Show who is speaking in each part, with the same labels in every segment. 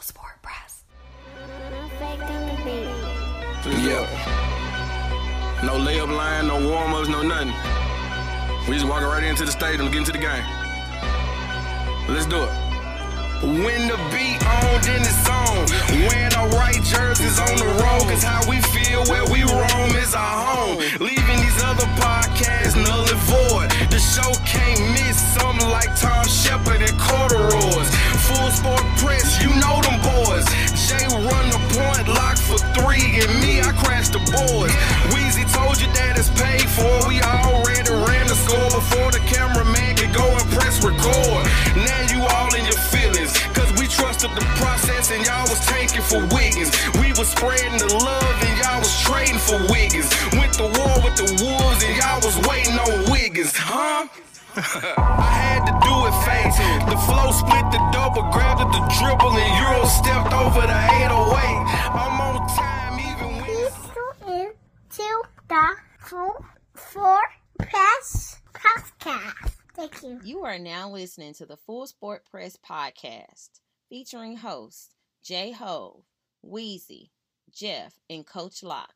Speaker 1: Sport Press.
Speaker 2: Yeah. No layup line, no warm ups, no nothing. We just walking right into the stadium, getting to the game. Let's do it. When the beat on, then it's on. When the right jerseys on the road, cause how we feel where we roam is our home. Leaving these other podcasts null and void. The show can't miss something like Tom Shepard and corduroys. Full sport press, you know them boys. Jay run the point, lock for three, and me, I crash the boards. Weezy told you that it's paid for. We already ran the score before the cameraman could go and press record. Now you all in your feelings, cause we trusted the process and y'all was taking for Wiggins. We was spreading the love and y'all was trading for Wiggins. Went to war with the wolves and y'all was waiting on Wiggins, huh? I had to do it fast. The flow split the double, grabbed at the dribble, and Euro stepped over the 808. I'm on time even when it's
Speaker 3: into the full four press podcast. Thank you.
Speaker 4: You are now listening to the Full Sport Press podcast featuring hosts Jay Hove, Wheezy, Jeff, and Coach Locke.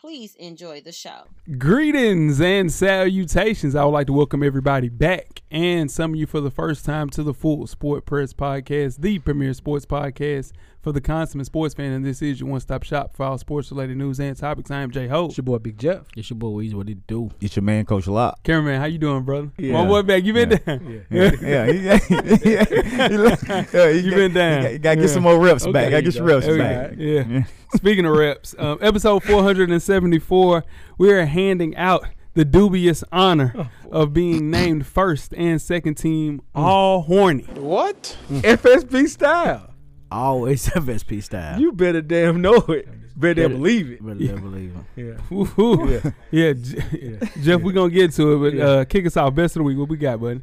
Speaker 4: Please enjoy the show.
Speaker 5: Greetings and salutations. I would like to welcome everybody back and some of you for the first time to the Full Sport Press Podcast, the premier sports podcast for the consummate sports fan. And this is your one stop shop for all sports related news and topics. I am Jay Ho.
Speaker 6: It's your boy Big Jeff.
Speaker 7: It's your boy Weezy. What it do?
Speaker 8: It's your man, Coach Locke.
Speaker 5: Cameraman, how you doing, brother?
Speaker 6: Yeah.
Speaker 5: My boy back, you been down?
Speaker 8: yeah, he, yeah, he,
Speaker 5: You been down.
Speaker 8: Got, to
Speaker 5: Yeah.
Speaker 8: get some more reps
Speaker 5: Okay,
Speaker 8: back. Got to get
Speaker 6: you
Speaker 8: your
Speaker 6: go.
Speaker 8: reps
Speaker 5: There we
Speaker 8: back.
Speaker 5: go. Yeah. Speaking of reps, um, episode 474, we are handing out the dubious honor of being named first and second team
Speaker 8: Mm.
Speaker 5: all horny. Mm.
Speaker 6: What? FSB style.
Speaker 7: Always FSP style.
Speaker 6: You better damn know it. Better damn believe it.
Speaker 7: Better never leave him.
Speaker 6: Yeah.
Speaker 5: Woo-hoo. Yeah, J- Jeff, we're gonna get to it, but uh, kick us off. Best of the week, what we got, buddy?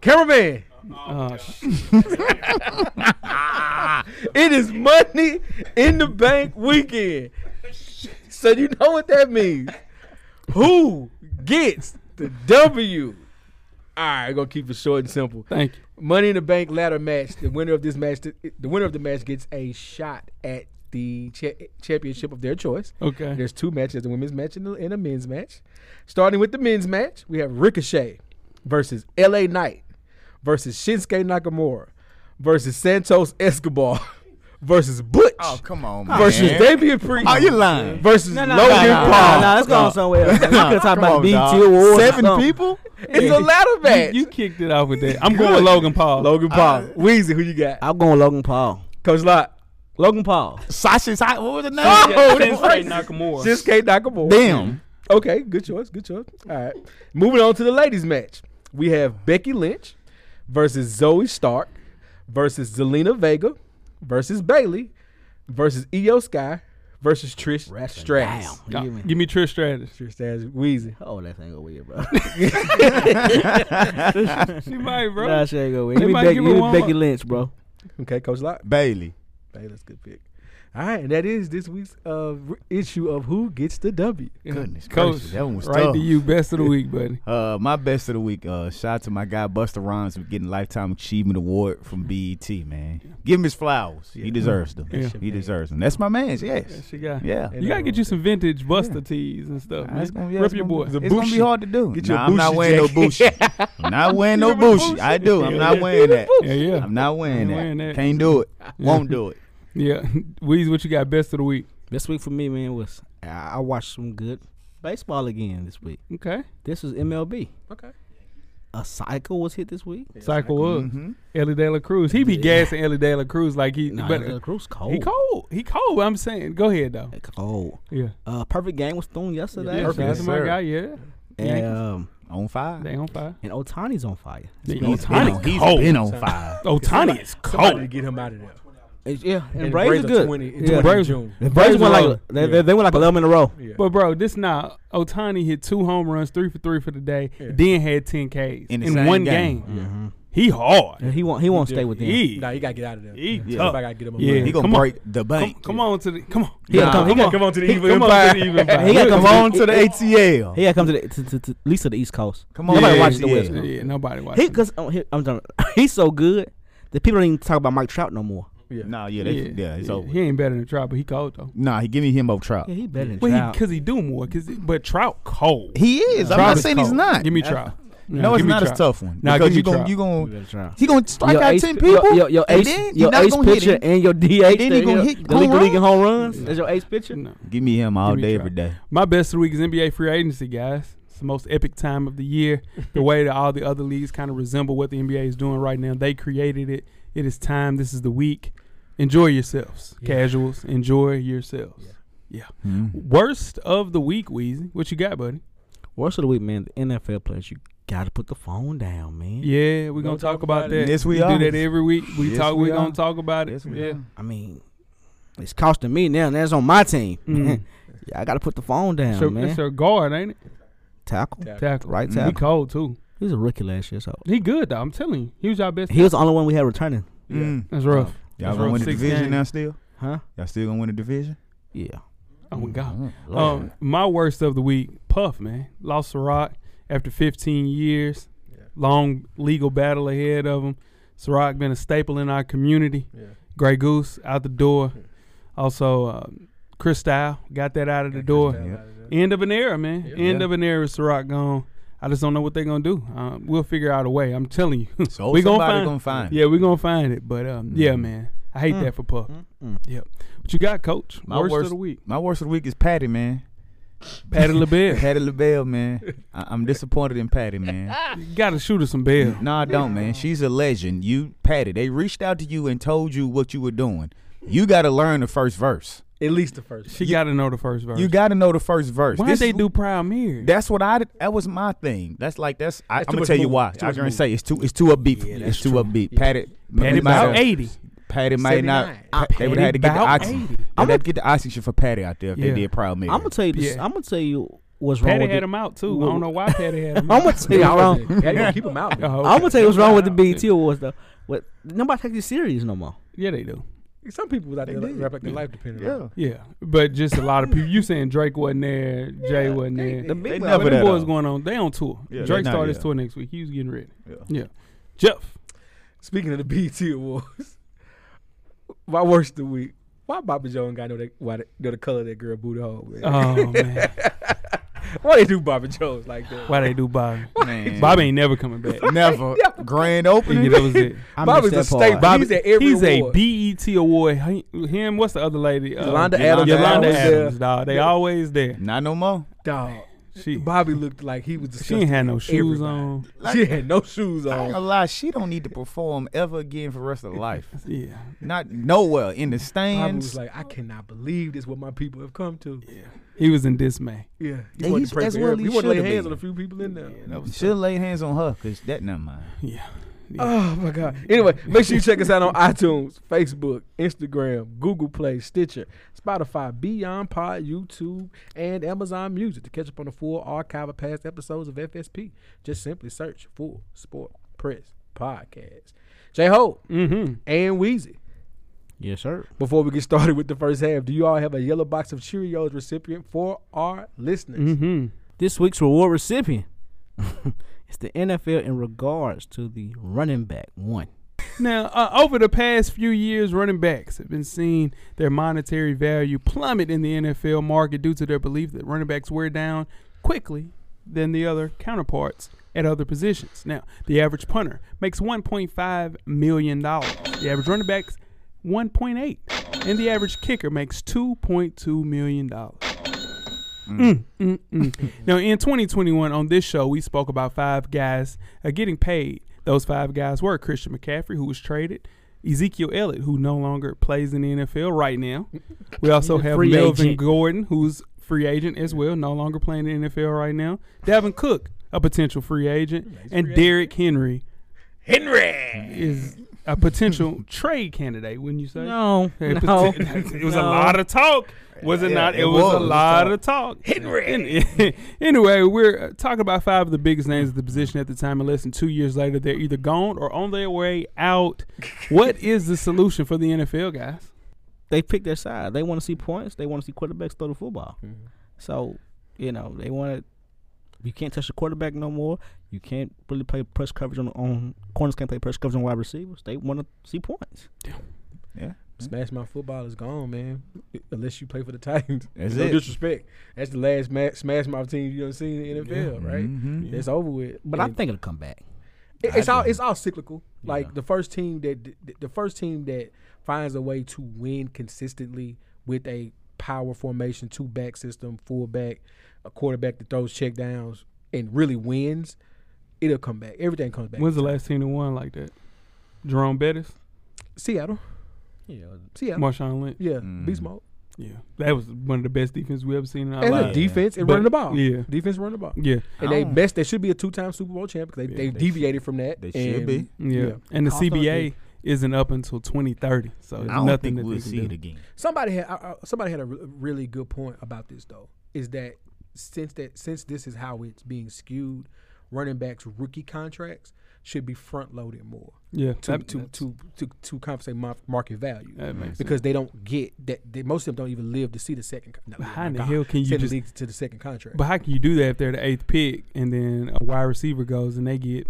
Speaker 6: Cameraman,
Speaker 5: Oh, sh-
Speaker 6: it is money in the bank weekend. So you know what that means. Who gets the W? All right, gonna keep it short and simple.
Speaker 5: thank you.
Speaker 6: Money in the Bank ladder match. The winner of this match, the, the winner of the match gets a shot at the cha- championship of their choice.
Speaker 5: Okay.
Speaker 6: There's two matches: the women's match and, the, and a men's match. Starting with the men's match, we have Ricochet versus L.A. Knight versus Shinsuke Nakamura versus Santos Escobar versus Butch
Speaker 8: Oh, come on, man.
Speaker 6: versus Damian Priest
Speaker 8: Oh, you lying.
Speaker 6: versus
Speaker 7: No,
Speaker 6: Logan
Speaker 7: no,
Speaker 6: Paul.
Speaker 7: no, let's go on somewhere else. man. We could
Speaker 8: Come
Speaker 7: talk about
Speaker 8: on,
Speaker 7: BT
Speaker 8: dog.
Speaker 7: Awards. or
Speaker 8: Seven
Speaker 7: something.
Speaker 8: people?
Speaker 6: It's a ladder match.
Speaker 5: You kicked it off with that. I'm going with Logan Paul.
Speaker 6: Logan Paul, Weezy, who you got?
Speaker 7: I'm going Logan Paul.
Speaker 6: Coach Lott.
Speaker 7: Logan Paul.
Speaker 8: Sasha's hot. What was the name?
Speaker 6: Oh, that's
Speaker 5: Shinsuke
Speaker 6: right.
Speaker 5: Nakamura.
Speaker 6: Shinsuke Nakamura.
Speaker 8: Damn.
Speaker 6: Okay, good choice. Good choice. All right. Moving on to the ladies' match. We have Becky Lynch versus Zoe Stark versus Zelina Vega versus Bailey versus Io Sky versus Trish Stratus.
Speaker 7: Damn. You give me-
Speaker 5: Give me Trish Stratus.
Speaker 6: Trish Stratus, Wheezy.
Speaker 7: Oh, that ain't go weird, bro.
Speaker 5: She might, bro.
Speaker 7: nah, she ain't go weird.
Speaker 5: They
Speaker 7: Give me
Speaker 5: might
Speaker 7: Becky,
Speaker 5: give
Speaker 7: give
Speaker 5: her
Speaker 7: me
Speaker 5: one
Speaker 7: Becky
Speaker 5: more.
Speaker 7: Lynch, bro.
Speaker 6: Okay, Coach Locke.
Speaker 8: Bailey.
Speaker 6: Bailey, that's a good pick. All right, and that is this week's uh, r- issue of who gets the W.
Speaker 8: Goodness
Speaker 5: Coach,
Speaker 8: gracious, that one was
Speaker 5: right
Speaker 8: tough.
Speaker 5: to you. Best of the week, buddy.
Speaker 8: Uh, my best of the week. Uh, shout out to my guy Buster Rhymes for getting lifetime achievement award from BET. Man, give him his flowers. He deserves them.
Speaker 5: That's
Speaker 8: He deserves them. That's my man's. Yes.
Speaker 5: She got.
Speaker 8: Yeah.
Speaker 5: You gotta get you some vintage Buster tees and stuff.
Speaker 8: Nah,
Speaker 5: Man.
Speaker 8: it's gonna be,
Speaker 5: Rip
Speaker 8: it's
Speaker 5: your
Speaker 8: gonna
Speaker 5: boy.
Speaker 8: be- It's gonna be hard to do.
Speaker 6: Get you a
Speaker 8: nah, I'm not
Speaker 6: Bushi
Speaker 8: wearing no bushy.
Speaker 6: jacket.
Speaker 8: I'm not wearing no bushy. I do. I'm not wearing that.
Speaker 5: Yeah, yeah,
Speaker 8: I'm not wearing
Speaker 5: Ain't
Speaker 8: that.
Speaker 5: wearing that.
Speaker 8: Can't do it. Won't do it.
Speaker 5: yeah. Weez, what you got? Best of the week.
Speaker 7: This week for me, man, was I I watched some good baseball again this week.
Speaker 5: Okay.
Speaker 7: This was MLB.
Speaker 6: Okay.
Speaker 7: A cycle was hit this week.
Speaker 5: Cycle was
Speaker 8: Mm-hmm.
Speaker 5: Ellie De La Cruz. He be gassing Ellie De La Cruz like he,
Speaker 7: Nah,
Speaker 5: but
Speaker 7: the Cruz cold.
Speaker 5: he cold. He cold. I'm saying, go ahead though.
Speaker 7: Cold.
Speaker 5: Yeah.
Speaker 7: Uh, perfect game was thrown yesterday.
Speaker 5: Perfect.
Speaker 8: Yes,
Speaker 5: That's my
Speaker 8: sir.
Speaker 5: guy. Yeah.
Speaker 7: And, um,
Speaker 8: On fire.
Speaker 5: They on fire.
Speaker 7: and Otani's on fire.
Speaker 8: He's been on- he's been on fire.
Speaker 7: Oh,
Speaker 5: Otani is
Speaker 6: Somebody to
Speaker 5: cold.
Speaker 6: get him out of there.
Speaker 7: It's- yeah, and,
Speaker 6: And
Speaker 7: Braves,
Speaker 6: Braves
Speaker 7: are
Speaker 6: are
Speaker 7: good.
Speaker 6: 20
Speaker 7: yeah.
Speaker 6: 20
Speaker 7: Braves,
Speaker 6: June.
Speaker 7: the Braves
Speaker 5: Braves
Speaker 7: went
Speaker 5: were-
Speaker 7: like they, they, they went like eleven in a row.
Speaker 5: But bro, this now Otani hit two home runs, three for three for the day. Then had ten Ks in,
Speaker 8: In the same
Speaker 5: one game.
Speaker 8: game.
Speaker 5: He hard.
Speaker 7: Yeah, Mm-hmm. He won't he won't stay with them. He,
Speaker 5: He,
Speaker 6: Nah, you gotta get out of there.
Speaker 5: he
Speaker 6: Yeah.
Speaker 5: tough.
Speaker 6: Somebody gotta get him. a
Speaker 5: Yeah.
Speaker 6: money.
Speaker 8: He gonna
Speaker 5: Come on.
Speaker 8: break the
Speaker 5: Come,
Speaker 8: bank.
Speaker 5: come on to the come on.
Speaker 7: gotta come, he
Speaker 5: come
Speaker 7: gotta-
Speaker 5: on.
Speaker 6: Come on to the
Speaker 5: He-
Speaker 6: evil
Speaker 5: come on to
Speaker 6: empire.
Speaker 5: the evil
Speaker 7: he
Speaker 5: empire.
Speaker 7: gotta
Speaker 8: Come
Speaker 7: come
Speaker 8: on
Speaker 7: he-
Speaker 8: to the ATL.
Speaker 7: he gotta come to, the, to, to, to at least to the East Coast. oh,
Speaker 8: Come on,
Speaker 7: nobody
Speaker 8: yeah,
Speaker 7: watches the
Speaker 8: yeah.
Speaker 7: West.
Speaker 5: Yeah, nobody watching.
Speaker 7: He because I'm, he, I'm talking, he's so good that people don't even talk about Mike Trout no more.
Speaker 6: Yeah.
Speaker 8: Nah, yeah, they, yeah, it's over.
Speaker 5: He ain't better than Trout, but he cold though.
Speaker 8: nah, he give me him over Trout.
Speaker 7: Yeah, he better than
Speaker 5: Well,
Speaker 7: Trout.
Speaker 5: because he, do more. Cause he- but Trout cold.
Speaker 8: He is. I'm
Speaker 5: Trout
Speaker 8: not
Speaker 5: is
Speaker 8: saying he's
Speaker 5: cold.
Speaker 8: not.
Speaker 5: Give me Trout.
Speaker 8: No, it's
Speaker 5: give me
Speaker 8: not
Speaker 5: Trout.
Speaker 8: a tough one.
Speaker 5: Nah,
Speaker 8: because
Speaker 5: give
Speaker 8: you
Speaker 5: me
Speaker 8: gon'
Speaker 5: Trout.
Speaker 8: you
Speaker 7: He
Speaker 8: gon'
Speaker 7: better than Trout.
Speaker 8: he gonna strike out
Speaker 1: ace,
Speaker 8: ten people.
Speaker 1: Your, your
Speaker 8: and
Speaker 1: ace,
Speaker 8: then he
Speaker 1: your
Speaker 8: not
Speaker 1: ace
Speaker 8: gonna hit
Speaker 1: pitcher
Speaker 8: him.
Speaker 1: and your DH.
Speaker 8: then he
Speaker 1: the-
Speaker 8: gonna hit
Speaker 1: the
Speaker 8: home
Speaker 1: league league in
Speaker 8: runs?
Speaker 1: home runs. That's your ace pitcher.
Speaker 5: No.
Speaker 8: Give me him all
Speaker 5: Give me
Speaker 8: day,
Speaker 5: Trout.
Speaker 8: every day.
Speaker 5: My best of the week is NBA free agency, guys. It's the most epic time of the year. The way that all the other leagues kind of resemble what the NBA is doing right now. They created it. It is time. This is the week. Enjoy yourselves, casuals. Enjoy yourselves. Yeah.
Speaker 1: Hmm.
Speaker 5: Worst of the week, Wheezy. What you got, buddy?
Speaker 7: Worst of the week, man. The NFL players, you gotta put the phone down, man.
Speaker 5: Yeah, we're gonna talk, about, that.
Speaker 8: Yes, we
Speaker 5: do
Speaker 8: are.
Speaker 5: that every week. We
Speaker 8: Yes,
Speaker 5: talk.
Speaker 8: we
Speaker 5: We're
Speaker 8: are.
Speaker 5: gonna talk about it.
Speaker 8: Yes, we
Speaker 5: yeah.
Speaker 8: are.
Speaker 7: I mean, it's costing me now. and That's on my team.
Speaker 5: Mm.
Speaker 7: yeah, I gotta put the phone down,
Speaker 5: It's your-
Speaker 7: man.
Speaker 5: it's your guard, ain't it?
Speaker 7: tackle.
Speaker 5: Tackle.
Speaker 7: Right
Speaker 5: Mm. He
Speaker 7: tackle.
Speaker 5: cold too.
Speaker 7: He was a rookie last year, so
Speaker 5: He good though. I'm telling you, he was our best.
Speaker 7: he was the only one we had returning,
Speaker 8: Mm.
Speaker 5: That's rough.
Speaker 8: Y'all
Speaker 5: That's
Speaker 8: gonna
Speaker 5: rough.
Speaker 8: win the
Speaker 5: Six
Speaker 8: division
Speaker 5: games.
Speaker 8: now still?
Speaker 7: huh?
Speaker 8: Y'all still gonna win the division?
Speaker 7: Yeah.
Speaker 5: Oh
Speaker 8: Mm-hmm.
Speaker 5: my god.
Speaker 7: Lord.
Speaker 5: Um, my worst of the week, Puff, man. Lost Ciroc after 15 years. Long legal battle ahead of him. Ciroc been a staple in our community.
Speaker 6: Yeah.
Speaker 5: Grey Goose out the door. Also, uh, Chris Style got that out of the door. End of an era, man. End
Speaker 8: Yeah.
Speaker 5: of an era. Ciroc gone. I just don't know what they're gonna do. Um, we'll figure out a way. I'm telling you.
Speaker 8: So
Speaker 5: we gonna
Speaker 8: somebody
Speaker 5: find.
Speaker 8: gonna find it. Mm.
Speaker 5: yeah, we gonna find it. But um, yeah, man. I hate that for Puff. Yep. What you got, Coach?
Speaker 8: My
Speaker 5: worst,
Speaker 8: worst-
Speaker 5: of the week.
Speaker 8: My worst of the week is Patty, man.
Speaker 5: Patty LaBelle.
Speaker 8: Patty LaBelle, man. I- I'm disappointed in Patty, man.
Speaker 5: Got to shoot her some bell.
Speaker 8: No, I don't, man. She's a legend. You, Patty, they reached out to you and told you what you were doing. You got to learn the first verse.
Speaker 6: At least the first.
Speaker 5: She got to know the first verse.
Speaker 8: You got to know the first verse.
Speaker 5: Why
Speaker 8: This
Speaker 5: did they
Speaker 8: is-
Speaker 5: do Proud Mary?
Speaker 8: That's what I. did- That was my thing. That's like that's. I, I'm
Speaker 6: That's too
Speaker 8: gonna
Speaker 6: much
Speaker 8: tell you
Speaker 6: movement.
Speaker 8: why.
Speaker 6: Too
Speaker 8: I
Speaker 6: much
Speaker 8: was gonna say it's too. It's too upbeat. it's too upbeat. Patty.
Speaker 5: Patty
Speaker 8: might
Speaker 5: about
Speaker 8: have-
Speaker 5: 80.
Speaker 8: Patty might not.
Speaker 6: 79.
Speaker 8: They would have had to get the
Speaker 5: About
Speaker 8: oxygen.
Speaker 5: 80.
Speaker 8: They would have to get the oxygen for Patty out there if
Speaker 5: Yeah.
Speaker 8: they did Proud Mary.
Speaker 7: I'm gonna tell you this.
Speaker 5: Yeah.
Speaker 7: I'm gonna tell you what's wrong
Speaker 5: Patty
Speaker 7: with
Speaker 5: had
Speaker 7: it.
Speaker 5: him out too.
Speaker 7: Wha-
Speaker 5: I don't know why Patty had him
Speaker 7: I'm
Speaker 5: out.
Speaker 7: gonna tell you what's wrong.
Speaker 6: Yeah, you gotta keep him out. man.
Speaker 5: Oh,
Speaker 7: I'm gonna
Speaker 5: okay.
Speaker 7: tell you what's wrong with the
Speaker 5: Yeah.
Speaker 7: BET awards though. What nobody takes it serious no more.
Speaker 5: Yeah, they do.
Speaker 6: Some people was out there like, rap like their life depended on it.
Speaker 5: Yeah, but just a lot of people. You saying Drake wasn't there, Jay wasn't there.
Speaker 8: they
Speaker 5: But
Speaker 8: never
Speaker 5: them
Speaker 8: that
Speaker 5: boys
Speaker 8: out.
Speaker 5: going on. They on tour.
Speaker 8: Yeah,
Speaker 5: Drake
Speaker 8: they not
Speaker 5: started his
Speaker 8: yet.
Speaker 5: tour next week. He was getting ready.
Speaker 8: Yeah.
Speaker 5: yeah. Jeff.
Speaker 6: Speaking of the BT Awards, my worst of the week. Why Bobby Joe got know that why the, know the color of that girl booty hole, man?
Speaker 5: Oh man,
Speaker 6: Why they do Bobby Jones like that?
Speaker 5: why they do Bobby?
Speaker 8: Man.
Speaker 5: Bobby ain't never coming back.
Speaker 8: Never grand
Speaker 5: Yeah,
Speaker 8: opening.
Speaker 5: that was it.
Speaker 7: I
Speaker 6: Bobby's a
Speaker 7: missed that
Speaker 6: staple.
Speaker 7: part.
Speaker 5: Oh, Bobby,
Speaker 6: He's at every
Speaker 5: he's
Speaker 6: award.
Speaker 5: a BET award. He- Him, what's the other lady? Uh,
Speaker 6: Yolanda Adams.
Speaker 5: Yolanda
Speaker 6: Always there.
Speaker 5: Adams, dog. They always there.
Speaker 8: Not no more.
Speaker 6: Dog.
Speaker 5: She
Speaker 6: Bobby looked like he was.
Speaker 5: she ain't had no
Speaker 6: disgusted with
Speaker 5: shoes
Speaker 6: everybody.
Speaker 5: on.
Speaker 6: she had no shoes
Speaker 8: I ain't
Speaker 6: on.
Speaker 8: gonna lie, she don't need to perform ever again for the rest of her life.
Speaker 5: Yeah,
Speaker 8: Not nowhere in the
Speaker 6: Bobby was
Speaker 8: stands.
Speaker 6: like, I cannot believe this. What my people have come to.
Speaker 5: he was in dismay.
Speaker 6: Yeah,
Speaker 8: Yeah,
Speaker 6: wanted
Speaker 8: he's-
Speaker 6: to pray
Speaker 8: that's
Speaker 6: for
Speaker 8: what
Speaker 6: everybody.
Speaker 8: he
Speaker 6: He wanted to
Speaker 8: shoulda
Speaker 6: lay hands
Speaker 8: been.
Speaker 6: on a few people in there.
Speaker 8: She'll lay hands on her because that not mine.
Speaker 5: Yeah.
Speaker 6: Oh my God. Anyway, make sure you check us out on iTunes, Facebook, Instagram, Google Play, Stitcher, Spotify, Beyond Pod, YouTube, and Amazon Music to catch up on the full archive of past episodes of FSP. Just simply search Full Sport Press Podcast. J Ho
Speaker 5: Mm-hmm.
Speaker 6: and Wheezy.
Speaker 7: Yes, sir.
Speaker 6: Before we get started with the first half, do you all have a yellow box of Cheerios recipient for our listeners?
Speaker 5: Mm-hmm.
Speaker 7: This week's reward recipient. it's the NFL in regards to the running back one.
Speaker 5: Now, uh, over the past few years, running backs have been seeing their monetary value plummet in the NFL market due to their belief that running backs wear down quickly than the other counterparts at other positions. Now, the average punter makes $1.5 million. The average running back's 1.8, and the average kicker makes 2.2 million dollars. Now, in 2021, on this show, we spoke about five guys uh, getting paid. Those five guys were Christian McCaffrey, who was traded, Ezekiel Elliott, who no longer plays in the NFL right now. We also have
Speaker 7: free
Speaker 5: Melvin
Speaker 7: agent.
Speaker 5: Gordon, who's free agent as well, no longer playing in the NFL right now. Davin Cook, a potential free agent, and Derrick Henry. Henry is a potential trade candidate, wouldn't you say?
Speaker 7: No,
Speaker 5: It was-
Speaker 7: no.
Speaker 5: it was a
Speaker 7: No.
Speaker 5: lot of talk. Was it
Speaker 8: Yeah,
Speaker 5: not? It,
Speaker 8: it
Speaker 5: was, a
Speaker 8: was
Speaker 5: lot
Speaker 8: talk.
Speaker 5: of talk. Henry. anyway, we're uh, talking about five of the biggest names of the position at the time, and less than two years later, they're either gone or on their way out. what is the solution for the NFL, guys?
Speaker 7: They pick their side. They want to see points. They want to see quarterbacks throw the football.
Speaker 6: Mm-hmm.
Speaker 7: So, you know, they want to. You can't touch the quarterback no more. You can't really play press coverage on on corners. Can't play press coverage on wide receivers. They want to see points.
Speaker 8: Yeah.
Speaker 6: Smash my football is gone, man. Unless you play for the Titans.
Speaker 8: That's
Speaker 6: no
Speaker 8: it.
Speaker 6: disrespect. That's the last ma- smash mouth team you done seen in the NFL, right?
Speaker 8: Mhm.
Speaker 6: It's over with.
Speaker 7: But I
Speaker 6: And
Speaker 7: think it'll come back.
Speaker 6: it- it's all it's all cyclical.
Speaker 7: Yeah.
Speaker 6: Like the first team that the- the first team that finds a way to win consistently with a power formation, two back system, fullback, a quarterback that throws check downs and really wins, it'll come back. Everything comes back.
Speaker 5: When's the last team that won like that? Jerome Bettis,
Speaker 6: Seattle.
Speaker 7: Yeah.
Speaker 6: Seattle.
Speaker 5: Marshawn Lynch.
Speaker 6: Yeah,
Speaker 8: Mm.
Speaker 6: beast mode.
Speaker 5: Yeah, that was one of the best defense we ever seen in our
Speaker 6: And the
Speaker 5: lives.
Speaker 6: defense and
Speaker 5: But-
Speaker 6: running the ball.
Speaker 5: yeah.
Speaker 6: defense running the ball.
Speaker 5: Yeah,
Speaker 6: And
Speaker 8: I
Speaker 6: they
Speaker 8: don't-
Speaker 6: best they should be a two time Super Bowl champ because they, they,
Speaker 8: they
Speaker 6: deviated from that.
Speaker 8: They
Speaker 6: and
Speaker 8: should be.
Speaker 5: yeah,
Speaker 6: Yeah.
Speaker 5: And the
Speaker 7: Also,
Speaker 5: CBA isn't up until 2030, so
Speaker 8: I
Speaker 5: there's
Speaker 8: don't
Speaker 5: nothing
Speaker 8: think
Speaker 5: that
Speaker 8: we'll
Speaker 5: they can
Speaker 8: see
Speaker 5: do.
Speaker 8: it again.
Speaker 6: Somebody had uh, somebody had a re- really good point about this though. Is that since that since this is how it's being skewed, running backs rookie contracts should be front loaded more
Speaker 5: Yeah,
Speaker 6: to
Speaker 5: that-
Speaker 6: to,
Speaker 5: that's-
Speaker 6: to to to compensate mar- market value
Speaker 5: that makes sense.
Speaker 6: because they don't get that they, most of them don't even live to see the second. con- No,
Speaker 5: But
Speaker 6: oh
Speaker 5: how
Speaker 6: my
Speaker 5: in the
Speaker 6: God.
Speaker 5: hell can you
Speaker 6: Send the
Speaker 5: just-
Speaker 6: league to the second contract?
Speaker 5: But how can you do that if they're the eighth pick and then a wide receiver goes and they get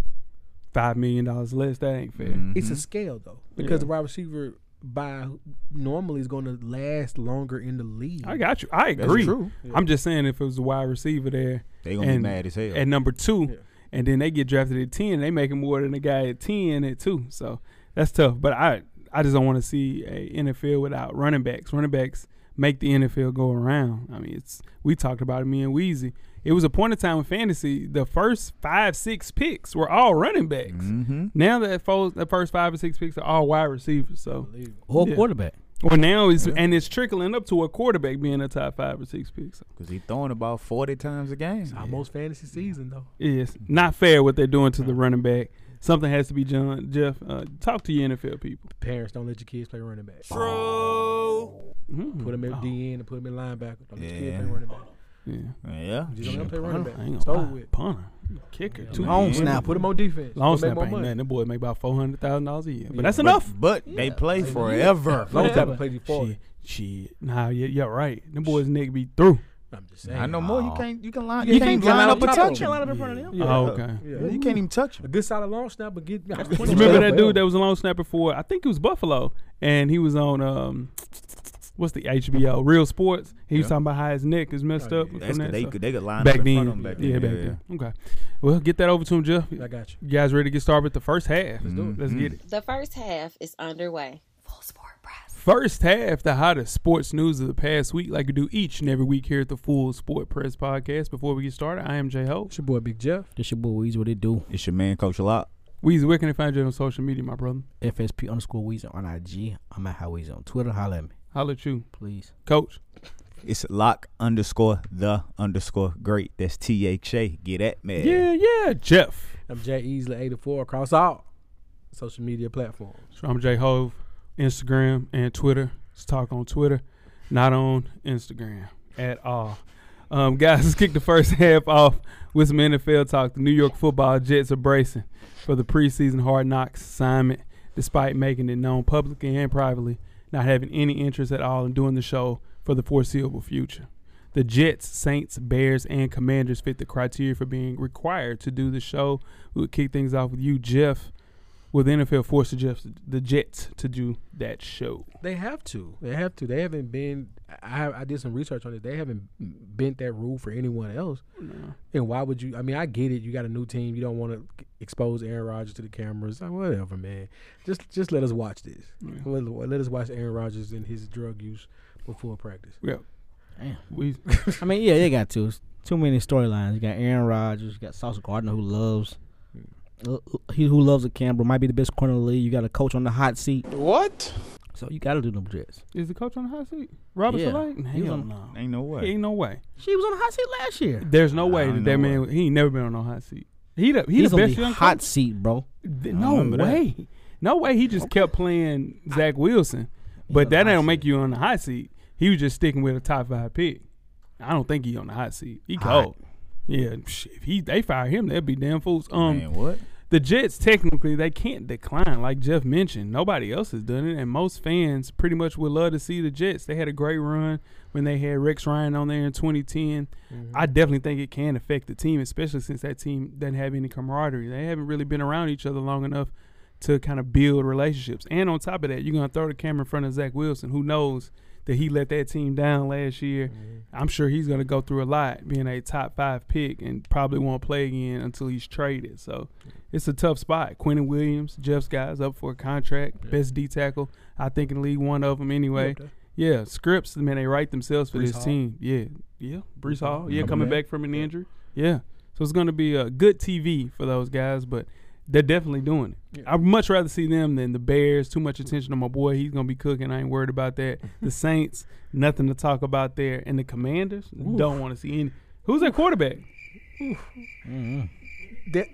Speaker 5: five million dollars less? That ain't fair.
Speaker 6: It's a scale though, because the wide receiver by normally is going to last longer in the league.
Speaker 5: I got you. I agree.
Speaker 6: true.
Speaker 5: I'm just saying if it was a wide receiver there,
Speaker 8: They gonna be
Speaker 5: and-
Speaker 8: mad as hell.
Speaker 5: at number two,
Speaker 6: Yeah.
Speaker 5: and then they get drafted at ten. They making more than the guy at ten at two. So that's tough. But I I just don't want to see a NFL without running backs. Running backs make the NFL go around. I mean, it's we talked about it, me and Wheezy. It was a point in time in fantasy. The first five six picks were all running backs.
Speaker 8: Mm-hmm.
Speaker 5: Now that fo- the first five or six picks are all wide receivers. So
Speaker 7: Or
Speaker 5: Yeah.
Speaker 7: quarterback.
Speaker 5: or now it's and it's trickling up to a quarterback being a top five or six pick. So
Speaker 8: Cause he throwing about forty times a game.
Speaker 6: Almost fantasy season though.
Speaker 5: Yes, not fair what they're doing to the running back. Something has to be done. Jeff, uh, talk to your NFL people.
Speaker 6: Parents don't let your kids play running back.
Speaker 5: Mm,
Speaker 6: Put them at DN and put them in linebacker. Don't let your kids
Speaker 8: Yeah.
Speaker 6: play running back.
Speaker 5: Oh, yeah.
Speaker 8: Yeah.
Speaker 6: You don't let them play running
Speaker 5: Punter,
Speaker 6: back.
Speaker 5: I ain't
Speaker 6: It's
Speaker 5: gonna
Speaker 6: over
Speaker 5: lie.
Speaker 6: with.
Speaker 5: punter, kicker, two
Speaker 7: Long
Speaker 8: Yeah.
Speaker 7: snapper.
Speaker 6: Put them on defense.
Speaker 5: long
Speaker 6: They'll make
Speaker 5: snap
Speaker 6: more
Speaker 5: ain't
Speaker 6: money.
Speaker 5: nothing. The boy make about four hundred thousand dollars a year,
Speaker 6: Yeah.
Speaker 5: but that's
Speaker 8: But-
Speaker 5: enough.
Speaker 8: But, they play forever.
Speaker 6: Long
Speaker 5: Yeah.
Speaker 6: snapper played you for.
Speaker 5: Shit, shit. Nah, yeah, you're right. The boy's neck be through.
Speaker 6: I'm just saying.
Speaker 8: I know more. You can't. You can line. You,
Speaker 6: You
Speaker 8: can't,
Speaker 6: can't
Speaker 8: line
Speaker 6: line
Speaker 8: up
Speaker 6: up
Speaker 8: a
Speaker 6: top of
Speaker 8: touch.
Speaker 6: them.
Speaker 8: him.
Speaker 7: in front of them.
Speaker 5: Oh, okay.
Speaker 6: Yeah.
Speaker 8: You can't even touch
Speaker 6: A
Speaker 8: him.
Speaker 6: good solid long snapper. Get. You
Speaker 5: You remember that dude that was a long snapper for? I think it was Buffalo, and he was on um, what's the HBO Real Sports. He was
Speaker 8: Yeah.
Speaker 5: talking about how his neck is messed up. from
Speaker 8: Oh, That's
Speaker 5: that,
Speaker 8: good. They
Speaker 5: so-
Speaker 8: could. They could line
Speaker 5: back
Speaker 8: up in
Speaker 5: then.
Speaker 8: front of him back then.
Speaker 5: yeah, back then. Okay. Well, get that over to him, Jeff.
Speaker 6: I got you.
Speaker 5: You guys ready to get started with the first half? Let's
Speaker 8: do it. Mm-hmm.
Speaker 5: Let's get it.
Speaker 4: The first half is underway. Full sport press.
Speaker 5: First half, the hottest sports news of the past week, like we do each and every week here at the Full Sport Press Podcast. Before we get started, I am Jay Ho.
Speaker 6: It's your boy Big Jeff.
Speaker 7: This your boy Weezy. What it do?
Speaker 8: It's your man, Coach Lock.
Speaker 5: Weezy, where can they find you on social media, my brother?
Speaker 7: FSP underscore Weezy on IG. I'm at How Weezy on Twitter. Holla at me,
Speaker 5: Holla at you,
Speaker 7: please.
Speaker 5: Coach.
Speaker 8: It's Lock underscore the underscore great. That's T H A. Get at me.
Speaker 5: Yeah, yeah, Jeff.
Speaker 6: I'm Jay Easley, 84 across all social media platforms.
Speaker 5: So I'm Jay Hove, Instagram and Twitter. Let's talk on Twitter, not on Instagram at all. Um, guys, let's kick the first half off with some NFL talk. The New York football Jets are bracing for the preseason hard knocks assignment, despite making it known publicly and privately, not having any interest at all in doing the show for the foreseeable future. The Jets, Saints, Bears, and Commanders fit the criteria for being required to do the show. We'll kick things off with you, Jeff. Will the NFL force the Jets, the Jets to do that show?
Speaker 6: They have to. They have to. They haven't been. I I did some research on it. They haven't bent that rule for anyone else. And why would you? I mean, I get it. You got a new team. You don't want to expose Aaron Rodgers to the cameras. Like, whatever, man. Just just let us watch this. Let, let us watch Aaron Rodgers and his drug use before practice.
Speaker 5: Yeah.
Speaker 7: Damn.
Speaker 5: We,
Speaker 7: I mean, yeah, they got to. It's too many storylines. You got Aaron Rodgers. You got Sauce Gardner who loves. He who loves the camera might be the best corner in the league. You got a coach on the hot seat,
Speaker 2: What?
Speaker 7: so you got to do them jets.
Speaker 5: is the coach on the hot seat? Robert
Speaker 7: Yeah.
Speaker 5: Saleh?
Speaker 7: He was
Speaker 5: Hell
Speaker 7: on-
Speaker 5: no.
Speaker 8: Ain't no way.
Speaker 5: Ain't no way.
Speaker 7: She was on the hot seat last year.
Speaker 5: There's no
Speaker 8: I
Speaker 5: way that
Speaker 8: don't
Speaker 5: that
Speaker 8: know
Speaker 5: man
Speaker 8: what-
Speaker 5: he ain't never been on no hot seat. He the, he
Speaker 7: He's
Speaker 5: the
Speaker 7: on
Speaker 5: best
Speaker 7: the
Speaker 5: young
Speaker 7: hot
Speaker 5: coach?
Speaker 7: seat, bro.
Speaker 5: Th-
Speaker 8: I
Speaker 5: No
Speaker 8: remember that.
Speaker 5: way. No way. He just kept playing Zach Wilson, but
Speaker 7: on
Speaker 5: that
Speaker 7: the hot
Speaker 5: don't make you on the hot seat. He was just sticking with a top five pick. I don't think he on the hot seat. He
Speaker 7: Hot.
Speaker 5: cold. Yeah, psh, if he they fire him, they'd be damn fools. Um,
Speaker 8: man, what?
Speaker 5: the Jets technically they can't decline, like Jeff mentioned. Nobody else has done it, and most fans pretty much would love to see the Jets. They had a great run when they had Rex Ryan on there in 2010. I definitely think it can affect the team, especially since that team doesn't have any camaraderie. They haven't really been around each other long enough to kind of build relationships. And on top of that, you're gonna throw the camera in front of Zach Wilson, who knows that he let that team down last year. I'm sure he's gonna go through a lot, being a top five pick, and probably won't play again until he's traded. So it's a tough spot. Quentin Williams, Jeff's guys up for a contract, best D tackle, I think in League One of them anyway. Yeah, scripts, man, they write themselves for
Speaker 6: Brees
Speaker 5: this
Speaker 6: Hall.
Speaker 5: team. Yeah, yeah, Brees Hall, yeah,
Speaker 8: Coming
Speaker 5: coming
Speaker 8: back.
Speaker 5: back from an injury. Yeah, so it's gonna be a good TV for those guys, but they're definitely doing it. I'd much rather see them than the Bears. Too much attention on my boy. He's gonna be cooking. I ain't worried about that. The Saints, nothing to talk about there, and the Commanders don't want to see any. Who's their quarterback? Mm-hmm.
Speaker 6: That,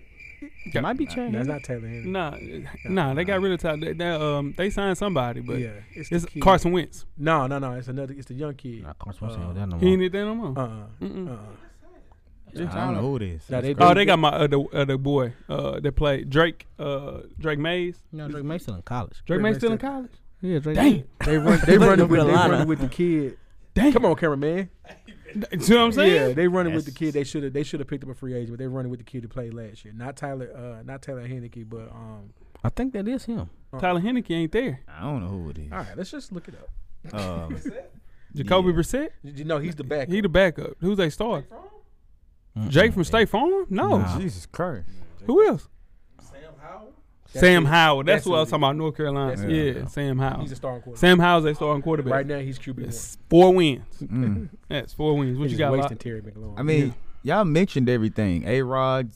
Speaker 5: Got-
Speaker 7: Might be changed.
Speaker 6: that's not Taylor Henry.
Speaker 5: Nah, nah, they got rid of Todd. They, they, um, they signed somebody, but
Speaker 6: Yeah, it's
Speaker 5: it's,
Speaker 6: the kid.
Speaker 5: Carson Wentz.
Speaker 6: No, no, no. It's another. It's the young kid.
Speaker 7: Nah, Carson Wentz ain't with that no
Speaker 5: He
Speaker 7: more.
Speaker 5: ain't did that no more.
Speaker 6: Uh, uh
Speaker 8: I don't know who it is.
Speaker 6: Nah, they-
Speaker 5: oh, they got my other other boy uh, that played Drake. Uh, Drake Mays.
Speaker 7: No, Drake Mason in college.
Speaker 5: Drake
Speaker 6: Drake
Speaker 5: Mays
Speaker 6: Mays
Speaker 5: still in
Speaker 6: still-
Speaker 5: college.
Speaker 7: Yeah, Drake.
Speaker 5: Dang,
Speaker 6: They run. They running with. They
Speaker 7: Carolina.
Speaker 6: running with the kid.
Speaker 5: dang.
Speaker 6: Come on, cameraman.
Speaker 5: You see what I'm saying?
Speaker 6: Yeah, they running with the kid. They should have. They should have picked up a free agent, but they running with the kid who played last year. Not Tyler. Uh, not Tyler Henneke, but um.
Speaker 7: I think that is him.
Speaker 5: Tyler Henneke ain't there.
Speaker 8: I don't know who it is.
Speaker 6: All right, let's just look it up.
Speaker 8: Um,
Speaker 5: Jacoby
Speaker 8: Yeah.
Speaker 5: Brissett,
Speaker 6: You- You know, he's the back.
Speaker 5: he the backup. Who's they star? Jake from State Farm? No.
Speaker 8: Jesus Christ.
Speaker 5: Who else? Sam Howell. Sam Howell. That's,
Speaker 6: That's
Speaker 5: what I was
Speaker 6: who it
Speaker 5: talking about. North Carolina.
Speaker 6: That's who
Speaker 5: yeah,
Speaker 8: it is.
Speaker 5: Sam Howell.
Speaker 6: He's a starting quarterback.
Speaker 5: Sam Howell's they starting quarterback.
Speaker 6: Right now, he's QB one.
Speaker 5: That's four wins.
Speaker 8: Mm.
Speaker 5: That's four wins. What
Speaker 6: Niggas
Speaker 5: you got?
Speaker 6: wasting
Speaker 5: Lot?
Speaker 6: Terry McLaurin.
Speaker 8: I mean, y'all mentioned everything. A Rod,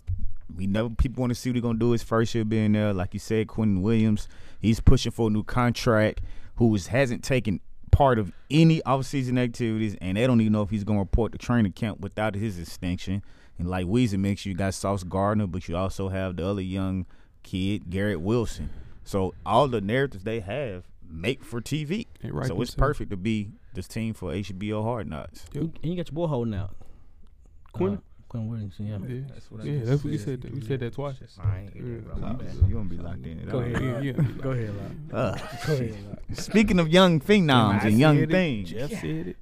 Speaker 8: we know people want to see what he's gonna do his first year being there. Like you said, Quentin Williams, he's pushing for a new contract. Who is, hasn't taken part of any offseason activities, and they don't even know if he's gonna report to training camp without his extension. And like Weezy makes you got Sauce Gardner, but you also have the other young kid, Garrett Wilson. So all the narratives they have make for TV.
Speaker 5: They write
Speaker 8: so it's
Speaker 5: themselves.
Speaker 8: perfect to be this team for HBO Hard Knocks.
Speaker 7: You- And you got your boy holding out.
Speaker 5: Quinn?
Speaker 7: Uh, Quinn Williams, yeah.
Speaker 5: Yeah,
Speaker 6: That's what I
Speaker 5: yeah
Speaker 6: just
Speaker 5: that's what we
Speaker 6: said.
Speaker 5: said. That. We said that twice.
Speaker 7: I ain't hear that, bro. My bad.
Speaker 8: You gonna be locked in.
Speaker 6: Go ahead.
Speaker 5: Yeah, yeah.
Speaker 6: Go ahead, Lot.
Speaker 8: Uh,
Speaker 6: Go ahead, Lot.
Speaker 8: speaking of young phenoms and young things,
Speaker 5: Jeff said it.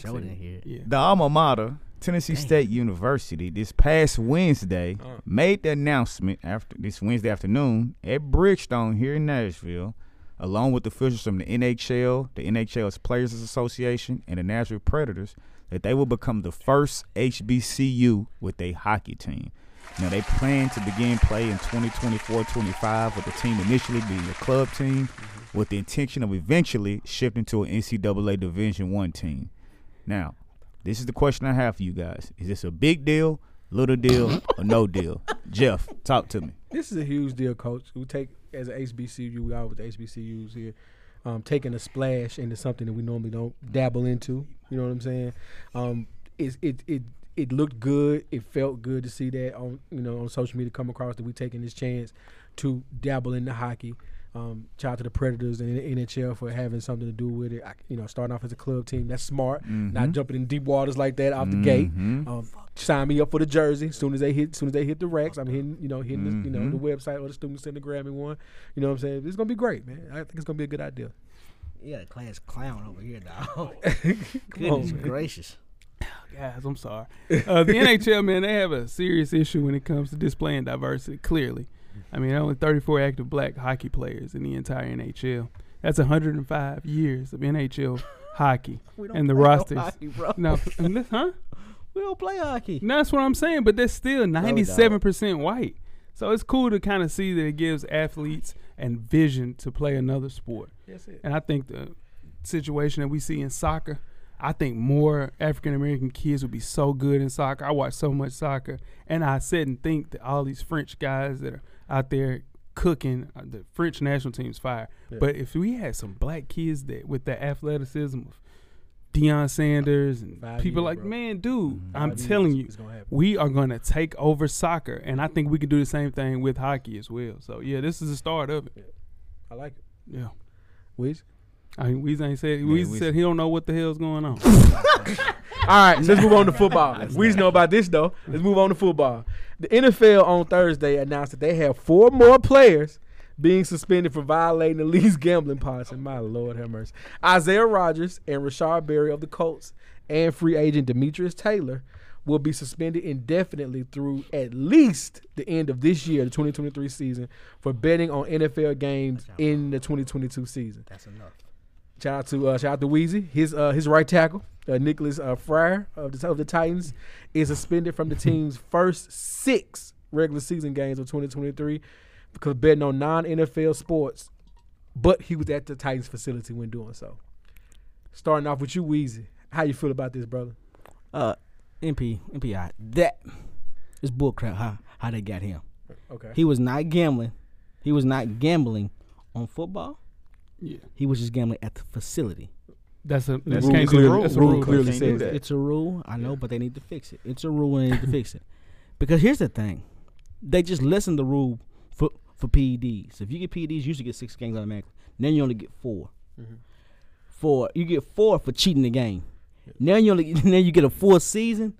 Speaker 7: Show didn't hear it.
Speaker 5: Yeah.
Speaker 8: the alma mater, Tennessee State University, this past Wednesday made the announcement after this Wednesday afternoon at Bridgestone here in Nashville, along with officials from the NHL, the NHL's Players Association, and the Nashville Predators, that they will become the first HBCU with a hockey team. Now they plan to begin play in 2024-25 with the team initially being a club team, with the intention of eventually shifting to an NCAA Division One team. Now, this is the question I have for you guys: Is this a big deal, little deal, or no deal? Jeff, talk to me.
Speaker 6: This is a huge deal, Coach. We take as a HBCU, we are with the HBCUs here, um, taking a splash into something that we normally don't dabble into. You know what I'm saying? Um, it it it it looked good. It felt good to see that on you know on social media come across that we taking this chance to dabble into hockey. Um, shout out to the Predators and the NHL for having something to do with it. I, you know, starting off as a club team, that's smart. Not jumping in deep waters like that off the gate. Um, sign me up for the jersey. Soon as they hit, soon as they hit the racks, I'm hitting, you know, hitting, this, you know, the website or the student center grabbing one. You know what I'm saying? It's gonna be great, man. I think it's gonna be a good idea.
Speaker 7: Yeah, the class clown over here, dog.
Speaker 6: Come on,
Speaker 7: Goodness
Speaker 6: man.
Speaker 7: gracious.
Speaker 5: Guys, I'm sorry. Uh, the NHL, man, they have a serious issue when it comes to displaying diversity, clearly. I mean, only 34 active black hockey players in the entire NHL. That's 105 years of NHL hockey and the
Speaker 7: play no
Speaker 5: rosters.
Speaker 7: hockey, bro.
Speaker 5: No, and this- huh?
Speaker 7: We don't play hockey.
Speaker 5: No, that's what I'm saying, but they're still 97% white. So it's cool to kind of see that it gives athletes and vision to play another sport.
Speaker 6: That's it.
Speaker 5: And I think the situation that we see in soccer, I think more African American kids would be so good in soccer. I watch so much soccer, and I sit and think that all these French guys that are out there cooking, uh, the French national team's fire. But if we had some black kids that with that athleticism of Deion Sanders and
Speaker 6: Five
Speaker 5: people
Speaker 6: years,
Speaker 5: like,
Speaker 6: bro. Mm-hmm.
Speaker 5: man, dude, i I'm
Speaker 6: Five years,
Speaker 5: telling you,
Speaker 6: it's gonna happen.
Speaker 5: we are going to take over soccer, and I think we can do the same thing with hockey as well. So yeah, this is the start of it.
Speaker 6: I like it.
Speaker 5: Yeah.
Speaker 6: Wiz.
Speaker 5: I mean, Weezy ain't said. Weezy
Speaker 8: Weezy-
Speaker 5: said he don't know what the hell's going on.
Speaker 6: All right, let's move on to football. We just know about this though. Let's move on to football. The NFL on Thursday announced that they have four more players being suspended for violating the league's gambling policy. My Lord have mercy. Isaiah Rogers and Rashard Berry of the Colts and free agent Demetrius Taylor will be suspended indefinitely through at least the end of this year, the 2023 season, for betting on NFL games in the 2022 season.
Speaker 7: That's enough.
Speaker 6: Shout out to uh, shout out to Weezy. His uh, his right tackle, uh, Nicholas uh, Fryer of the, of the Titans, is suspended from the team's first six regular season games of 2023 because betting on non NFL sports. But he was at the Titans facility when doing so. Starting off with you, Weezy. How you feel about this, brother?
Speaker 7: Uh, MP MPI that is bullcrap. How how they got him?
Speaker 6: Okay.
Speaker 7: He was not gambling. He was not gambling on football.
Speaker 5: Yeah.
Speaker 7: He was just gambling at the facility.
Speaker 5: That's a that's
Speaker 8: Rule
Speaker 5: can't
Speaker 8: clear-
Speaker 5: be rule.
Speaker 8: that's
Speaker 5: That's a
Speaker 8: a rule
Speaker 5: rule.
Speaker 8: clear.
Speaker 5: clear.
Speaker 6: clearly
Speaker 8: Can't do
Speaker 6: says
Speaker 8: that.
Speaker 7: It's a rule. I know, but they need to fix it. It's a rule and they need to fix it. Because here's the thing. They just lessen the rule for for PEDs. If you get PEDs, you usually get six games automatically. Then you only get 4 For you get four for cheating the game. Now you only then you get a full season.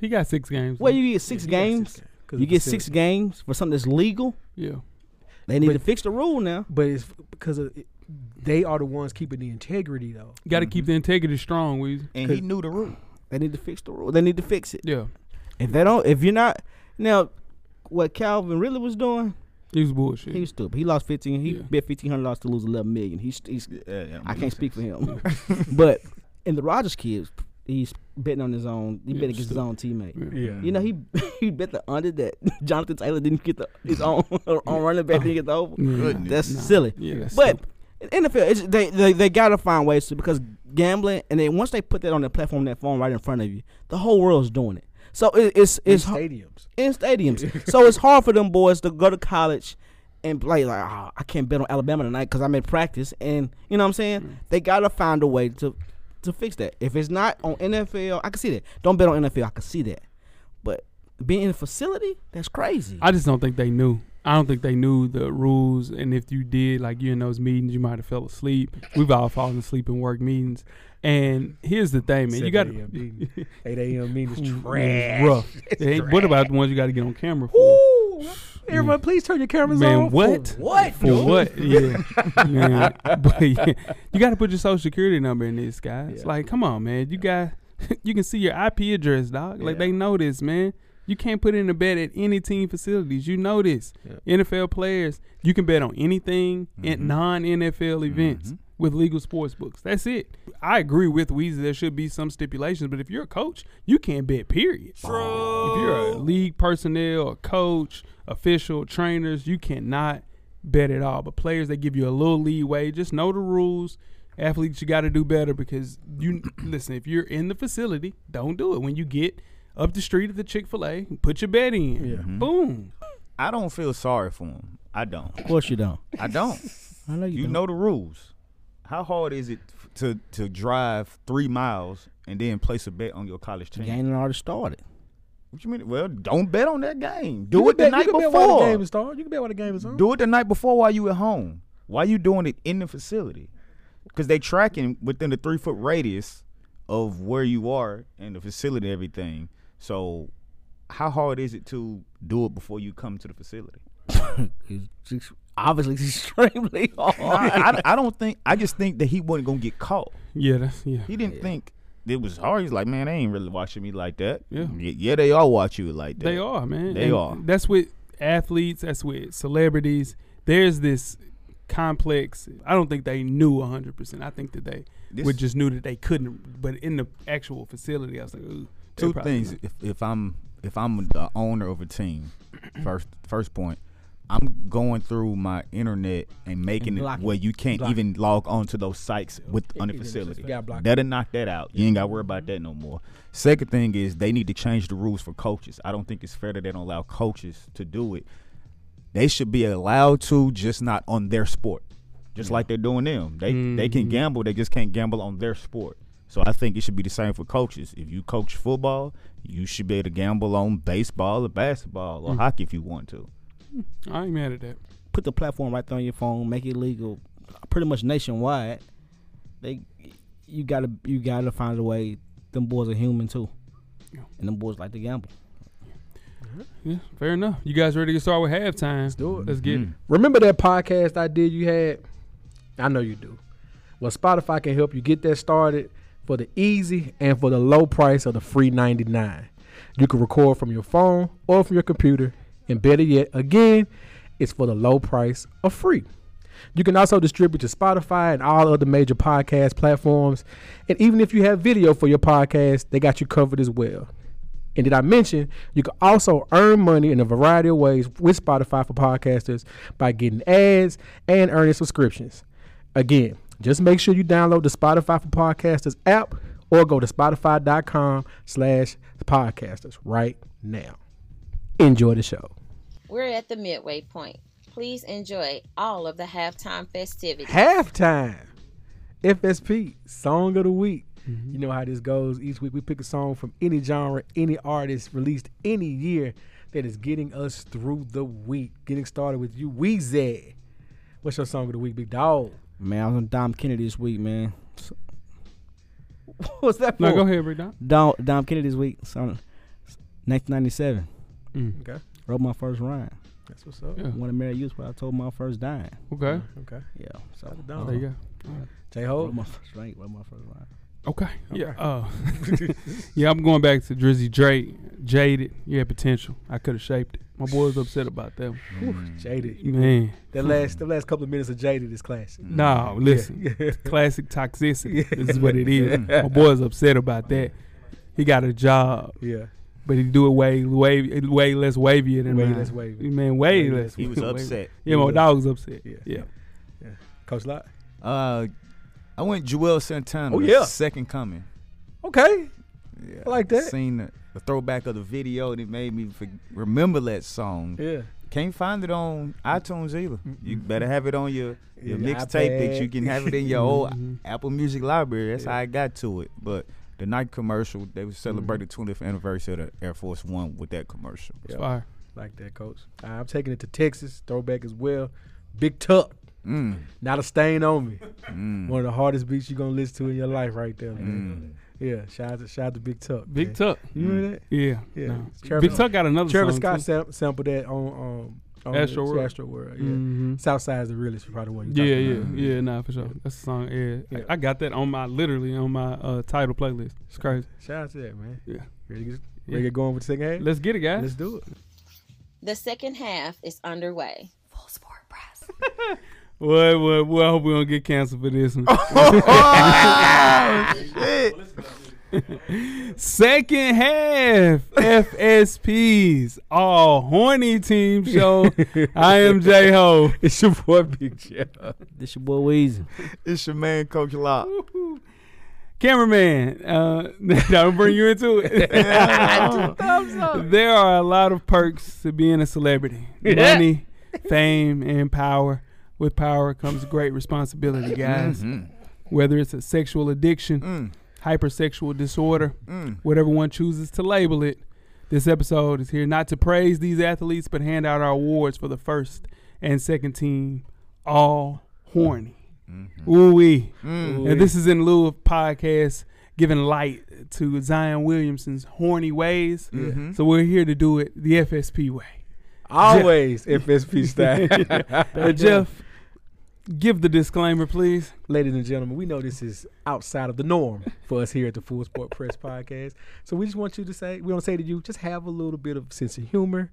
Speaker 5: He got six games.
Speaker 7: Well, you get six games. you get six games for something that's legal.
Speaker 5: yeah.
Speaker 7: They need
Speaker 6: But-
Speaker 7: to fix the rule now.
Speaker 6: But it's because of it, they are the ones keeping the integrity, though.
Speaker 5: Got to keep
Speaker 7: Mm-hmm.
Speaker 5: the integrity strong. We
Speaker 8: And he knew the rule.
Speaker 7: They need to fix the rule. They need to fix it.
Speaker 5: yeah.
Speaker 7: If they don't, if you're not now, what Calvin really was doing,
Speaker 5: He was bullshit.
Speaker 7: he was stupid. He lost fifteen. He
Speaker 5: Yeah.
Speaker 7: bet fifteen hundred dollars to lose eleven million. He's, he's
Speaker 8: Yeah, yeah,
Speaker 7: I can't speak for him, but in the Rogers kids, he's betting on his own. He
Speaker 5: Yeah,
Speaker 7: bet against his
Speaker 5: stupid.
Speaker 7: own teammate.
Speaker 6: Yeah.
Speaker 7: You know he he bet the under that Jonathan Taylor didn't get the his own her own running back didn't get the over.
Speaker 5: Yeah.
Speaker 8: Goodness.
Speaker 7: That's
Speaker 5: Nah.
Speaker 7: silly.
Speaker 5: Yeah, that's
Speaker 7: but
Speaker 5: stupid.
Speaker 7: in NFL, it's, they, they they gotta find ways to because gambling and then once they put that on their platform, that phone right in front of you, the whole world's doing it. So it, it's
Speaker 6: In
Speaker 7: it's har-
Speaker 6: stadiums.
Speaker 7: in stadiums. so it's hard for them boys to go to college and play like oh, I can't bet on Alabama tonight because I'm in practice and you know what I'm saying. They gotta find a way to to fix that. If it's not on NFL, I can see that. Don't bet on NFL. I can see that. But being in a facility, that's crazy.
Speaker 5: I just don't think they knew. I don't think they knew the rules. And if you did, like you in those meetings, you might have fell asleep. We've all fallen asleep in work meetings. And here's the thing, man. You got
Speaker 6: 7 a.m.
Speaker 5: to.
Speaker 6: meeting. 8 a.m. meeting is
Speaker 5: It's
Speaker 6: trash.
Speaker 5: rough. Hey, What about the ones you got to get on camera for? Mm.
Speaker 6: Ooh, everyone, please turn your cameras
Speaker 5: Man,
Speaker 6: on.
Speaker 5: what?
Speaker 6: For what?
Speaker 5: For what? Yeah, man. But yeah, you got to put your social security number in this, guys.
Speaker 6: Yeah.
Speaker 5: Like, come on, man. You got, you can see your IP address, dog. Like they know this, man. You can't put in a bet at any team facilities. You know this. NFL players, you can bet on anything at non NFL events with legal sports books. That's it. I agree with Weezy. There should be some stipulations, but if you're a coach, you can't bet. Period. If you're a league personnel, a coach, official, trainers, you cannot bet at all. But players, they give you a little leeway. Just know the rules. Athletes, you got to do better because you listen. If you're in the facility, don't do it. When you get up the street at the Chick Fil A, put your bet in.
Speaker 8: Mm-hmm.
Speaker 5: Boom.
Speaker 8: I don't feel sorry for him. I don't.
Speaker 7: of course you don't.
Speaker 8: I don't.
Speaker 7: I know you,
Speaker 8: You
Speaker 7: don't.
Speaker 8: know the rules. How hard is it f- to to drive three miles and then place a bet on your college
Speaker 7: The
Speaker 8: team?
Speaker 7: game already started.
Speaker 8: What you mean? Well, don't bet on that game.
Speaker 6: You
Speaker 8: Do
Speaker 6: can
Speaker 8: it the
Speaker 6: bet-
Speaker 8: night
Speaker 6: you can Bet while the game
Speaker 8: before.
Speaker 6: is started. You can bet while the game is on.
Speaker 8: Do it the night before while you at home. Why you doing it in the facility? Because they tracking within the three foot radius of where you are and the facility and everything. So how hard is it to do it before you come to the facility?
Speaker 7: It's just- obviously, it's extremely hard.
Speaker 8: I, I, I don't think I just think that he wasn't gonna get caught.
Speaker 5: Yeah. That's yeah.
Speaker 8: He didn't think it was hard. He's like, man, they ain't really watching me like that.
Speaker 5: Yeah.
Speaker 8: Y- yeah, they all watch you like that.
Speaker 5: They are, man.
Speaker 8: They are.
Speaker 5: That's with athletes. That's with celebrities. There's this complex. I don't think they knew 100. percent I think that they
Speaker 8: This-
Speaker 5: would just knew that they couldn't. But in the actual facility, I was like, ooh. they
Speaker 8: Two
Speaker 5: probably
Speaker 8: things.
Speaker 5: not.
Speaker 8: If, if I'm if I'm the owner of a team, first first point, I'm going through my internet and making it
Speaker 7: block it.
Speaker 8: where you can't even log on to those sites with on the facility.
Speaker 6: gotta block it. Mm-hmm.
Speaker 8: That'll knock that out. You ain't gotta worry about that no more. Second thing is they need to change the rules for coaches. I don't think it's fair that they don't allow coaches to do it. They should be allowed to, just not on their sport. Just like they're doing them. They they can
Speaker 6: Mm-hmm.
Speaker 8: gamble, they just can't gamble on their sport. So I think it should be the same for coaches. If you coach football, you should be able to gamble on baseball or basketball
Speaker 6: Mm.
Speaker 8: or hockey if you want to.
Speaker 5: I ain't mad at that.
Speaker 7: Put the platform right there on your phone. Make it legal, pretty much nationwide. They, you gotta, you gotta find a way. Them boys are human too, and them boys like to gamble.
Speaker 5: Yeah, fair enough. You guys ready to start with halftime? Let's
Speaker 6: do it. Mm-hmm.
Speaker 5: Let's get it.
Speaker 6: Remember that podcast I did you had? I know you do. Well, Spotify can help you get that started for the easy and for the low price of the free 99. You can record from your phone or from your computer, and better yet, again, it's for the low price of free. You can also distribute to Spotify and all other major podcast platforms. And even if you have video for your podcast, they got you covered as well. And did I mention you can also earn money in a variety of ways with Spotify for podcasters by getting ads and earning subscriptions? Again, just make sure you download the Spotify for Podcasters app or go to spotify.com slash podcasters right now. Enjoy the show.
Speaker 4: We're at the midway point. Please enjoy all of the halftime festivities.
Speaker 6: Halftime. FSP, song of the week.
Speaker 7: Mm-hmm.
Speaker 6: You know how this goes. Each week we pick a song from any genre, any artist released any year that is getting us through the week. Getting started with you, Weezy. What's your song of the week, big dog?
Speaker 7: Man, I was on Dom Kennedy this week, man. So- What's that for?
Speaker 5: No, go ahead, break down.
Speaker 7: Dom, Dom Kennedy this week. So, 1997.
Speaker 5: Mm.
Speaker 6: Okay.
Speaker 7: Wrote my first rhyme.
Speaker 6: That's what's up.
Speaker 5: Yeah.
Speaker 7: Want to marry you is what I told my first dime.
Speaker 5: Okay.
Speaker 6: Okay.
Speaker 7: Yeah. So
Speaker 5: There you go.
Speaker 6: J
Speaker 7: wrote
Speaker 6: Ho.
Speaker 7: my first rhyme. Wrote my first rhyme.
Speaker 5: Okay. Yeah. Uh, yeah, I'm going back to Drizzy Drake. Jaded. You had potential. I could have shaped it. My boy was upset about that. one.
Speaker 8: Mm.
Speaker 6: Jaded.
Speaker 5: Man.
Speaker 6: That last the last couple of minutes of Jaded is classic.
Speaker 5: No, listen. Classic toxicity. This is what it is. My boy is upset about that. He got a job,
Speaker 6: Yeah.
Speaker 5: but he do it way, way, way less wavier than
Speaker 6: Way
Speaker 5: mine.
Speaker 6: less wavy.
Speaker 5: Man, way,
Speaker 6: Way
Speaker 5: less.
Speaker 6: less
Speaker 8: He was
Speaker 5: wavy.
Speaker 8: upset.
Speaker 5: Yeah, my dog was upset.
Speaker 6: Yeah.
Speaker 5: yeah.
Speaker 6: Coach Lot.
Speaker 8: Uh, I went Joel Santana.
Speaker 6: Oh,
Speaker 8: the
Speaker 6: yeah.
Speaker 8: Second coming.
Speaker 6: Okay.
Speaker 8: Yeah,
Speaker 6: I like that.
Speaker 8: Seen the, the throwback of the video and it made me for, remember that song.
Speaker 6: Yeah.
Speaker 8: Can't find it on iTunes either. You better have it on your, your Mm-hmm.
Speaker 6: Your
Speaker 8: mixtape that you
Speaker 6: iPad.
Speaker 8: can have it in your old Apple Music library. That's how I got to it. But the night commercial, they was celebrating the 20th anniversary of the Air Force One with that commercial.
Speaker 5: It's fire.
Speaker 6: Like that, coach. I'm taking it to Texas, throwback as well. Big Tuck.
Speaker 8: Mm.
Speaker 6: Not a stain on me. One of the hardest beats you're gonna listen to in your life, right there. Man. Yeah, shout out to shout out to Big Tuck.
Speaker 5: Big
Speaker 6: man.
Speaker 5: Tuck.
Speaker 6: You hear that?
Speaker 5: Yeah.
Speaker 6: Yeah.
Speaker 5: no.
Speaker 6: Travis-
Speaker 5: Big Tuck got another
Speaker 6: Travis
Speaker 5: song,
Speaker 6: Scott
Speaker 5: too.
Speaker 6: sam- sampled that on um on
Speaker 5: Astro
Speaker 6: the-
Speaker 5: World.
Speaker 6: Astro World. Yeah.
Speaker 5: Mhm.
Speaker 6: Southside's the realest, probably what
Speaker 5: Yeah,
Speaker 6: you're
Speaker 5: yeah,
Speaker 6: talking about.
Speaker 5: yeah. Nah, for sure. That's the song. Yeah,
Speaker 6: Yeah.
Speaker 5: I, I got that on my literally on my uh, title playlist. It's crazy.
Speaker 6: Shout out to that, man.
Speaker 5: Yeah.
Speaker 6: Ready to get,
Speaker 5: Yeah.
Speaker 6: ready to get going with the second half?
Speaker 5: Let's get it, guys.
Speaker 6: Let's do it.
Speaker 4: The second half is underway.
Speaker 5: Well, well, well, I hope we don't get canceled for this one.
Speaker 6: Oh.
Speaker 5: Second half, FSPs, all horny team show. I am J Ho.
Speaker 6: It's your boy Big Jeff.
Speaker 7: This your boy Weezy.
Speaker 8: It's your man, Coach Lock.
Speaker 5: Cameraman, uh, that'll bring you into it. there are a lot of perks to being a celebrity money, fame, and power. With power comes great responsibility,
Speaker 8: Mm-hmm.
Speaker 5: guys. Whether it's a sexual addiction,
Speaker 8: Mm.
Speaker 5: hypersexual disorder, whatever one chooses to label it, this episode is here not to praise these athletes, but hand out our awards for the first and second team, all horny. Ooh wee. And this is in lieu of podcasts giving light to Zion Williamson's horny ways.
Speaker 6: Mm-hmm.
Speaker 5: So we're here to do it the FSP way.
Speaker 6: Always FSP style.
Speaker 5: Uh, Jeff, give the disclaimer, please.
Speaker 6: Ladies and gentlemen, we know this is outside of the norm for us here at the Full Sport Press Podcast. So we just want you to say, we don't say to you, just have a little bit of sense of humor.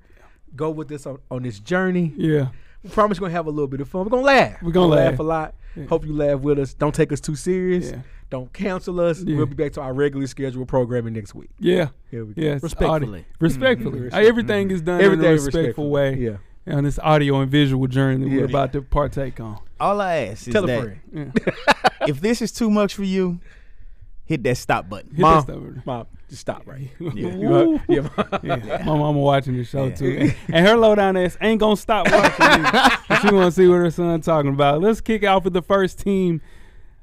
Speaker 6: Go with us on, on this journey.
Speaker 5: Yeah.
Speaker 6: We promise we're gonna have a little bit of fun. We're gonna laugh.
Speaker 5: We're gonna laugh.
Speaker 6: a lot. Hope you laugh with us. Don't take us too serious.
Speaker 5: Yeah.
Speaker 6: Don't cancel us.
Speaker 5: Yeah.
Speaker 6: We'll be back to our regularly scheduled programming next week.
Speaker 5: Yeah.
Speaker 6: Here we go.
Speaker 5: Yes.
Speaker 7: Respectfully.
Speaker 5: audi- Respectfully. Uh, Everything is done
Speaker 6: Everything
Speaker 5: in a
Speaker 6: respectful.
Speaker 5: respectful, way.
Speaker 6: Yeah.
Speaker 5: On this audio and visual journey that
Speaker 6: Yeah.
Speaker 5: we're about to partake on.
Speaker 8: All I ask is
Speaker 6: Tell a
Speaker 8: that
Speaker 6: friend.
Speaker 8: if this is too much for you, hit that stop button.
Speaker 5: Hit
Speaker 6: Mom.
Speaker 5: this over.
Speaker 6: Mom, just stop right here.
Speaker 5: Woo.
Speaker 6: Yeah, Mom.
Speaker 5: Yeah. My mama watching the show too, and her lowdown ass ain't gonna stop watching. either. she want to see what her son talking about. Let's kick off with the first team,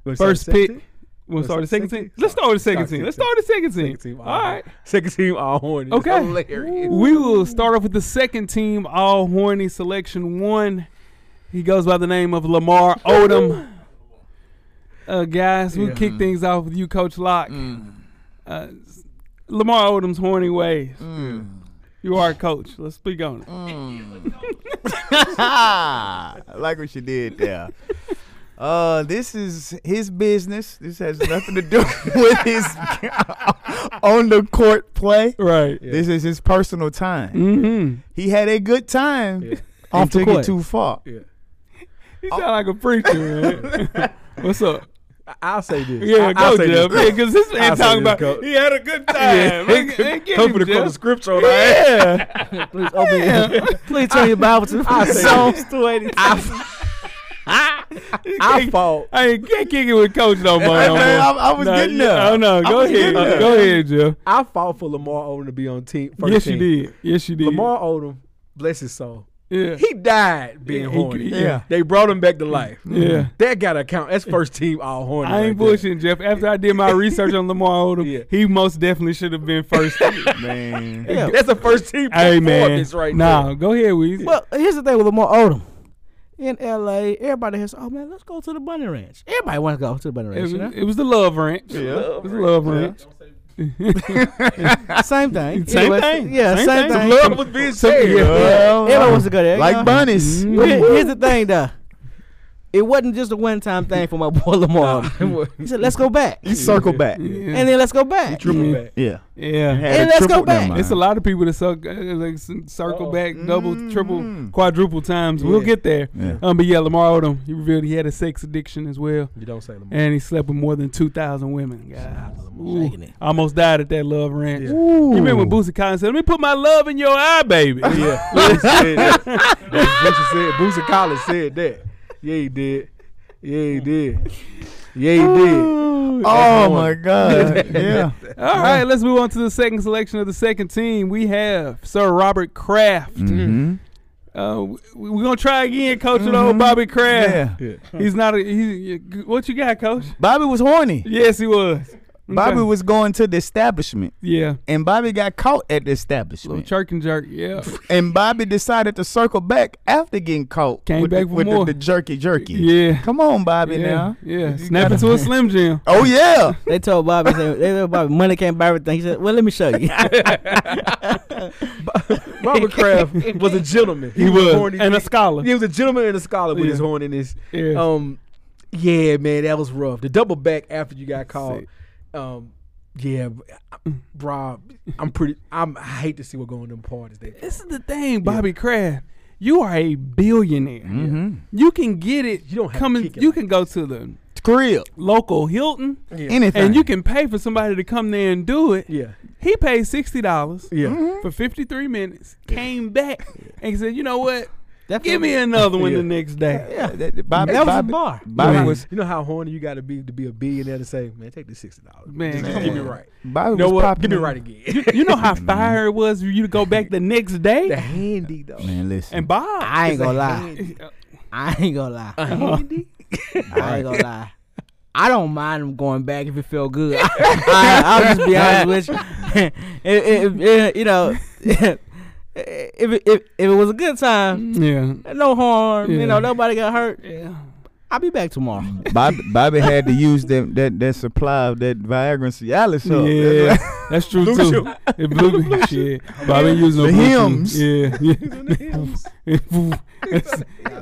Speaker 6: Wanna start
Speaker 5: first
Speaker 6: the second
Speaker 5: pick.
Speaker 6: team?
Speaker 5: We'll start the second team.
Speaker 6: second team?
Speaker 5: Let's start with the second
Speaker 6: Start
Speaker 5: team. Let's
Speaker 6: second
Speaker 5: start with the second team.
Speaker 6: Second team all,
Speaker 5: All right.
Speaker 6: Second team all horny. It's
Speaker 5: Okay.
Speaker 6: Hilarious.
Speaker 5: We will start off with the second team, all horny selection one. He goes by the name of Lamar Odom. Uh, guys, we'll kick things off with you, Coach Locke.
Speaker 6: Mm.
Speaker 5: Uh, s- Lamar Odom's horny ways.
Speaker 6: Mm.
Speaker 5: You are a coach. Let's speak on it.
Speaker 8: I like what you did there. Uh, this is his business. This has nothing to do with his on the court play.
Speaker 5: Right.
Speaker 8: This is his personal time.
Speaker 5: Mm-hmm.
Speaker 8: He had a good time.
Speaker 6: Yeah.
Speaker 8: Off
Speaker 7: Off the
Speaker 8: took it
Speaker 7: court.
Speaker 8: too far.
Speaker 6: Yeah.
Speaker 5: He sound like a preacher, man. What's up?
Speaker 6: Oh. I- I'll say this.
Speaker 5: Yeah,
Speaker 6: I-
Speaker 5: go,
Speaker 6: I'll say
Speaker 5: Jeff.
Speaker 6: this.
Speaker 5: Yeah, because this man
Speaker 6: I'll say
Speaker 5: talking
Speaker 6: this,
Speaker 5: about
Speaker 6: coach.
Speaker 5: he had a good time.
Speaker 6: Yeah.
Speaker 5: Man, get- man, get
Speaker 6: Come
Speaker 5: him,
Speaker 6: for the
Speaker 5: Jeff.
Speaker 6: quote scripture on that.
Speaker 5: Yeah.
Speaker 7: Please open your, Please turn your Bible to
Speaker 6: I say
Speaker 7: Psalms 280.
Speaker 6: I fought.
Speaker 5: I ain't can't kick it with coach no more.
Speaker 8: Hey,
Speaker 5: no
Speaker 8: man,
Speaker 5: more.
Speaker 8: I, I was
Speaker 5: Nah,
Speaker 8: getting
Speaker 5: you-
Speaker 8: there.
Speaker 5: Oh no,
Speaker 8: I
Speaker 5: go
Speaker 8: was
Speaker 5: ahead,
Speaker 8: getting there.
Speaker 5: go ahead, Jeff.
Speaker 6: I fought for Lamar Odom to be on team. First
Speaker 5: yes,
Speaker 6: team.
Speaker 5: you did. Yes, you did.
Speaker 6: Lamar Odom, bless his soul,
Speaker 5: yeah,
Speaker 6: he died being
Speaker 5: Yeah, he-
Speaker 6: horny.
Speaker 8: yeah.
Speaker 6: they brought him back to life.
Speaker 5: yeah.
Speaker 6: That got to count. That's first team all horny.
Speaker 5: I ain't
Speaker 6: right there.
Speaker 5: bullshitting, Jeff. After I did my research on Lamar Odom,
Speaker 6: Yeah.
Speaker 5: he most definitely should have been first.
Speaker 8: Man.
Speaker 6: Yeah, that's a first team
Speaker 5: hey man,
Speaker 6: performance right
Speaker 5: nah,
Speaker 6: there.
Speaker 5: go ahead, Weezy.
Speaker 7: Well, here's the thing with Lamar Odom. In LA, everybody has, oh man, let's go to the Bunny Ranch. Everybody wants to go to the Bunny
Speaker 5: it,
Speaker 7: Ranch,
Speaker 5: was,
Speaker 7: you know?
Speaker 5: it was the love ranch. it was the love ranch.
Speaker 7: Ah, same thing.
Speaker 5: Same
Speaker 7: Anyway,
Speaker 5: thing.
Speaker 7: Yeah,
Speaker 5: Same
Speaker 7: same,
Speaker 5: thing.
Speaker 7: thing.
Speaker 6: Love was being shared.
Speaker 8: Well,
Speaker 7: Everybody wants to go there. you know?
Speaker 8: like bunnies.
Speaker 7: Here- Here's the thing, though. It wasn't just a one time thing for my boy Lamar. Odom. he said, let's go back.
Speaker 8: You circle back.
Speaker 5: Yeah.
Speaker 7: And then let's go back.
Speaker 6: Triple
Speaker 5: Yeah.
Speaker 6: back.
Speaker 8: Yeah.
Speaker 5: yeah.
Speaker 8: Had
Speaker 7: And
Speaker 8: a
Speaker 7: let's go
Speaker 8: triple- never
Speaker 7: back.
Speaker 8: mind.
Speaker 5: It's a lot of people that suck, uh, like some circle
Speaker 6: Uh-oh.
Speaker 5: back, double, triple,
Speaker 8: Mm.
Speaker 5: quadruple times. We'll
Speaker 6: Yeah.
Speaker 5: get there.
Speaker 8: Oh. Yeah.
Speaker 5: Um, but yeah, Lamar Odom, he revealed he had a sex addiction as well,
Speaker 6: You don't say Lamar.
Speaker 5: and he slept with more than two thousand women. God, Ooh.
Speaker 7: Shaking it.
Speaker 5: almost died at that love ranch.
Speaker 6: Yeah.
Speaker 5: You remember when Boosie Collins said, "Let me put my love in your eye, baby."
Speaker 6: Yeah, Boosie said that. Boosie said, Boosie Collins said that. Yeah, he did. Yeah, he did. Yeah, he did.
Speaker 8: Oh my God. yeah.
Speaker 5: All right, let's move on to the second selection of the second team. We have Sir Robert Kraft.
Speaker 8: Mhm.
Speaker 5: Uh, w- we're gonna try again, Coach, with old Bobby Kraft.
Speaker 8: Mm-hmm. Yeah.
Speaker 5: He's not a. He's, what you got, Coach?
Speaker 8: Bobby was horny.
Speaker 5: Yes, he was.
Speaker 8: Bobby
Speaker 5: Okay.
Speaker 8: was going to the establishment,
Speaker 5: Yeah,
Speaker 8: and Bobby got caught at the
Speaker 5: little
Speaker 8: establishment.
Speaker 5: jerk and jerk. Yeah,
Speaker 8: and Bobby decided to circle back after getting caught.
Speaker 5: Came
Speaker 8: with
Speaker 5: back
Speaker 8: the,
Speaker 5: for
Speaker 8: with the-
Speaker 5: more.
Speaker 8: The, jerky jerky.
Speaker 5: yeah.
Speaker 8: Come on, Bobby
Speaker 5: yeah,
Speaker 8: now.
Speaker 5: yeah.
Speaker 8: You
Speaker 5: Snap
Speaker 8: gotta-
Speaker 5: into a slim jim.
Speaker 8: Oh yeah.
Speaker 7: They told Bobby, they said- they told Bobby, money can't buy everything. He said, well, let me show you.
Speaker 6: Robert Kraft was a gentleman.
Speaker 5: He was
Speaker 6: horny.
Speaker 5: and a scholar.
Speaker 6: He was a gentleman and a scholar with his
Speaker 5: Yeah.
Speaker 6: horniness.
Speaker 5: Yeah.
Speaker 6: Um, yeah, man, that was rough. The double back after you got called. Um, yeah, b- I- Rob, I'm pretty. I'm, I hate to see what going on them parties. They
Speaker 5: this is the thing, Bobby Kraft. You are a billionaire.
Speaker 8: Mhm.
Speaker 5: You can get it.
Speaker 6: Mm-hmm. You don't have to
Speaker 5: coming.
Speaker 6: kick it
Speaker 5: You
Speaker 6: like
Speaker 5: can go to the
Speaker 8: Crib.
Speaker 5: local Hilton,
Speaker 8: Anything.
Speaker 5: and you can pay for somebody to come there and do it.
Speaker 6: yeah,
Speaker 5: He paid sixty dollars
Speaker 6: yeah.
Speaker 7: Mm-hmm.
Speaker 5: for fifty three minutes. Came back and said, "You know what?
Speaker 7: That
Speaker 5: Give me another one
Speaker 6: Yeah.
Speaker 5: the next day."
Speaker 8: Yeah, that, that Bobby,
Speaker 7: That was a
Speaker 8: Bobby,
Speaker 7: bar.
Speaker 8: Bobby
Speaker 5: Right.
Speaker 8: was
Speaker 6: You know how horny you got to be to be a billionaire to say, man, take this sixty dollars.
Speaker 5: Man,
Speaker 6: just
Speaker 5: come
Speaker 6: give me
Speaker 5: on.
Speaker 6: right.
Speaker 8: Bobby
Speaker 6: You know
Speaker 8: was
Speaker 6: what?
Speaker 8: popping
Speaker 6: Give me
Speaker 8: in.
Speaker 6: right again.
Speaker 5: You know
Speaker 6: Mm-hmm.
Speaker 5: how fire it was for you to go back the next
Speaker 6: the
Speaker 5: day.
Speaker 6: handy though.
Speaker 8: Man, listen.
Speaker 5: And Bob,
Speaker 7: I ain't gonna lie.
Speaker 6: Handy.
Speaker 7: I ain't gonna lie.
Speaker 6: Handy.
Speaker 7: I ain't gonna lie. I don't mind him going back if it felt good. I, will just be honest with you. If- if- if- you know, if, it- if, if it was a good time,
Speaker 5: yeah,
Speaker 7: no harm.
Speaker 5: Yeah.
Speaker 7: You know, nobody got hurt.
Speaker 5: yeah.
Speaker 7: I'll be back tomorrow.
Speaker 8: Bobby, Bobby had to use that that, that supply of that Viagra and Cialis. up.
Speaker 5: Yeah, that's true too. It blew me. Shit, Bobby using
Speaker 8: The
Speaker 5: a Bluetooth.
Speaker 8: hymns.
Speaker 5: Yeah, yeah. All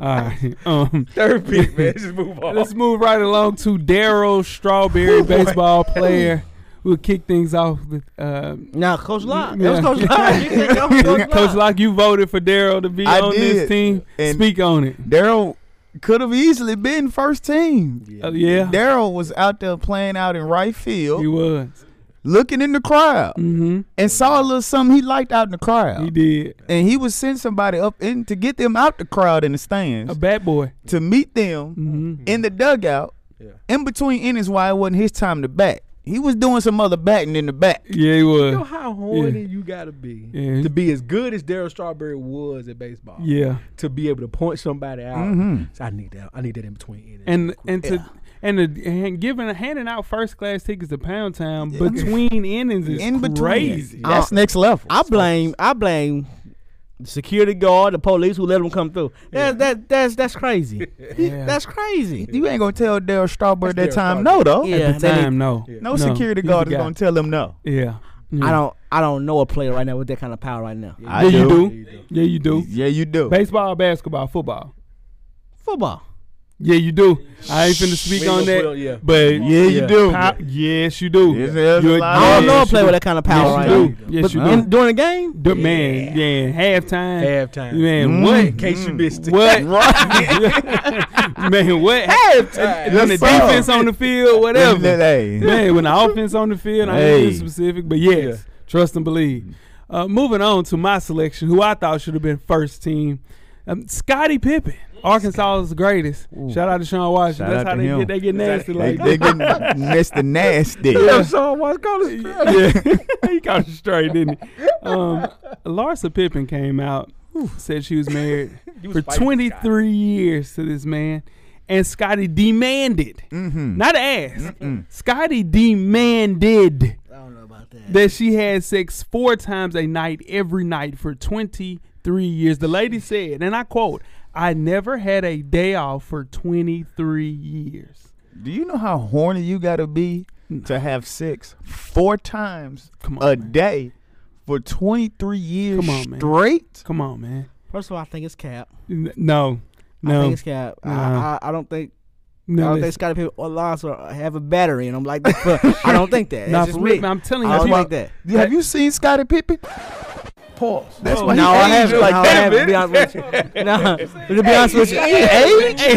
Speaker 5: right. Um,
Speaker 6: Third pick, man. Just move on.
Speaker 5: let's move right along to Daryl Strawberry, baseball player. We'll kick things off with uh,
Speaker 7: Now, Coach Locke.
Speaker 5: Yeah.
Speaker 7: Ah, That was Coach Locke. You said that was Coach
Speaker 5: Coach
Speaker 7: Locke.
Speaker 5: Locke. You voted for Daryl to be
Speaker 8: I
Speaker 5: on
Speaker 8: did.
Speaker 5: this team.
Speaker 8: And-
Speaker 5: Speak on it.
Speaker 8: Daryl could have easily been first team.
Speaker 5: Uh, yeah,
Speaker 8: Daryl was out there playing out in right
Speaker 5: he
Speaker 8: field,
Speaker 5: was.
Speaker 8: looking in the crowd,
Speaker 5: Mm-hmm.
Speaker 8: and saw a little something he liked out in the crowd.
Speaker 5: He did.
Speaker 8: And he would send somebody up in to get them out the crowd in the
Speaker 5: A
Speaker 8: stands
Speaker 5: bad boy.
Speaker 8: to meet them
Speaker 5: Mm-hmm.
Speaker 8: in the dugout,
Speaker 6: Yeah.
Speaker 8: in between innings while it wasn't his time to bat. He was doing some other batting in the back.
Speaker 5: Yeah, he
Speaker 6: You know
Speaker 5: was.
Speaker 6: how horny you gotta be
Speaker 5: Yeah.
Speaker 6: to be as good as Daryl Strawberry was at baseball.
Speaker 5: Yeah, Mm-hmm.
Speaker 6: To be able to point somebody out.
Speaker 8: Mhm.
Speaker 6: So I need that. I need that in between innings.
Speaker 5: and and to. And, the, and giving handing out first class tickets to Pound Town between innings is
Speaker 8: in between.
Speaker 5: crazy.
Speaker 8: That's
Speaker 7: Uh,
Speaker 8: next level.
Speaker 7: I blame. I blame. the Security guard, the police who let him come through. That, that that's that's crazy.
Speaker 5: Yeah.
Speaker 7: That's crazy.
Speaker 8: You ain't gonna tell Daryl Strawberry that
Speaker 6: That's
Speaker 8: time
Speaker 6: Darryl Strawberry.
Speaker 8: no though.
Speaker 7: Yeah,
Speaker 5: At the
Speaker 7: they need-
Speaker 5: time, no.
Speaker 6: Yeah.
Speaker 8: No, security
Speaker 5: he's
Speaker 8: guard
Speaker 5: the
Speaker 8: is
Speaker 5: guy.
Speaker 8: gonna tell him no.
Speaker 5: Yeah. Yeah.
Speaker 7: I don't I don't know a player right now with that kind of power right now.
Speaker 8: I
Speaker 5: yeah,
Speaker 8: do.
Speaker 5: you do. Yeah, you do.
Speaker 8: Yeah, you do.
Speaker 5: Baseball, basketball, football.
Speaker 7: Football.
Speaker 5: Yeah, you do. I ain't finna speak
Speaker 6: ain't
Speaker 5: on
Speaker 6: gonna
Speaker 5: that.
Speaker 6: put on- yeah.
Speaker 5: But yeah,
Speaker 6: you do.
Speaker 5: yes, you do.
Speaker 8: Yes, there's a
Speaker 5: You're-
Speaker 8: lot of-
Speaker 7: I don't know.
Speaker 5: yes,
Speaker 7: I play
Speaker 5: you
Speaker 7: with
Speaker 5: do.
Speaker 7: that kind of power
Speaker 5: Yes,
Speaker 7: right
Speaker 5: you
Speaker 7: now.
Speaker 5: do. Yes,
Speaker 7: But
Speaker 5: you
Speaker 8: Huh?
Speaker 5: do.
Speaker 7: in- during the game,
Speaker 5: The man, yeah, halftime.
Speaker 6: Halftime. Mm-hmm.
Speaker 5: Man,
Speaker 8: Mm.
Speaker 5: what?
Speaker 6: In case you missed it.
Speaker 5: What? man, what? Halftime. When the
Speaker 8: Yes, sir.
Speaker 5: defense on the field,
Speaker 8: Let-
Speaker 5: whatever.
Speaker 8: hey.
Speaker 5: man, when the offense on the field, I ain't being
Speaker 8: Hey. Mm.
Speaker 5: specific, but yes, trust and believe. Uh, moving on to my selection, who I thought should have been first team, um, Scottie Pippen, Arkansas's greatest. Shout out to Sean Washington.
Speaker 8: Shout
Speaker 5: That's
Speaker 8: out
Speaker 5: how
Speaker 8: to
Speaker 5: they
Speaker 8: him.
Speaker 5: get they get nasty
Speaker 8: They,
Speaker 5: like
Speaker 8: they get Mr. Nasty.
Speaker 6: Yeah, so what's going on?
Speaker 5: yeah, he got it straight, didn't he? Um, Larsa Pippen came out, said she was married for 23 years to this man, and Scotty demanded,
Speaker 7: Mm-hmm.
Speaker 5: not asked, Scotty demanded
Speaker 7: I don't know about that.
Speaker 5: that she had sex four times a night every night for 23 years. The lady said, and I quote, I never had a day off for 23 years.
Speaker 8: Do you know how horny you gotta be to have sex four times
Speaker 5: Come on,
Speaker 8: a
Speaker 5: man.
Speaker 8: day for 23 years
Speaker 5: Come on, man.
Speaker 8: straight?
Speaker 5: Come on, man.
Speaker 7: First of all, I think it's cap.
Speaker 5: N- No.
Speaker 7: I think
Speaker 5: No,
Speaker 7: it's cap.
Speaker 5: No.
Speaker 7: I, I, I don't think I
Speaker 5: no,
Speaker 7: don't think
Speaker 5: that's-
Speaker 7: Scotty Pippen or Lonzo have a battery, and I'm like, I don't think that.
Speaker 5: Nah,
Speaker 7: That's
Speaker 5: for
Speaker 7: just
Speaker 5: real,
Speaker 7: me.
Speaker 5: man, I'm telling you,
Speaker 7: I don't
Speaker 5: people-
Speaker 7: like that.
Speaker 8: Have you seen Scottie Pippen? Pause. That's why
Speaker 7: Oh, No,
Speaker 8: he
Speaker 7: I
Speaker 8: aged
Speaker 7: haven't.
Speaker 8: Like
Speaker 7: no, I
Speaker 8: that,
Speaker 7: haven't. To be
Speaker 8: man.
Speaker 7: honest with you, no. But to be honest with you,
Speaker 8: Hey, hey,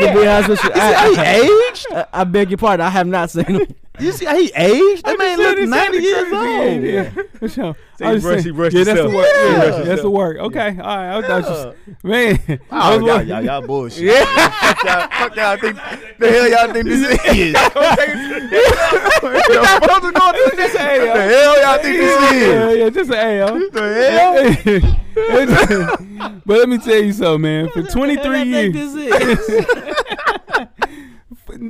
Speaker 7: Yeah, to be honest with you,
Speaker 8: You see how he
Speaker 7: I,
Speaker 8: aged?
Speaker 7: I, I beg your pardon. I have not seen him.
Speaker 8: You see how he aged? That man
Speaker 5: said
Speaker 8: look
Speaker 5: it sounded
Speaker 8: 90 years
Speaker 5: crazy.
Speaker 8: old.
Speaker 5: Yeah, yeah. For sure. I
Speaker 6: So he
Speaker 5: was
Speaker 6: rushed-
Speaker 5: saying-
Speaker 6: he rushed
Speaker 5: yeah, that's the
Speaker 6: himself.
Speaker 5: work.
Speaker 6: He
Speaker 5: Yeah,
Speaker 6: rushed
Speaker 5: that's the
Speaker 6: himself.
Speaker 5: work. Okay, all right. I was, I was just man. I
Speaker 8: Oh,
Speaker 5: was
Speaker 8: y'all,
Speaker 5: wondering-
Speaker 8: y'all, y'all bullshit. fuck y'all, fuck y'all think, the hell y'all think this is?
Speaker 5: Just a AL.
Speaker 8: The hell y'all think this
Speaker 5: Yeah,
Speaker 8: is?
Speaker 5: yeah, just an AL.
Speaker 8: The hell?
Speaker 5: but let me tell you something, man. For
Speaker 7: I
Speaker 5: 23
Speaker 7: think
Speaker 5: years,
Speaker 7: this is.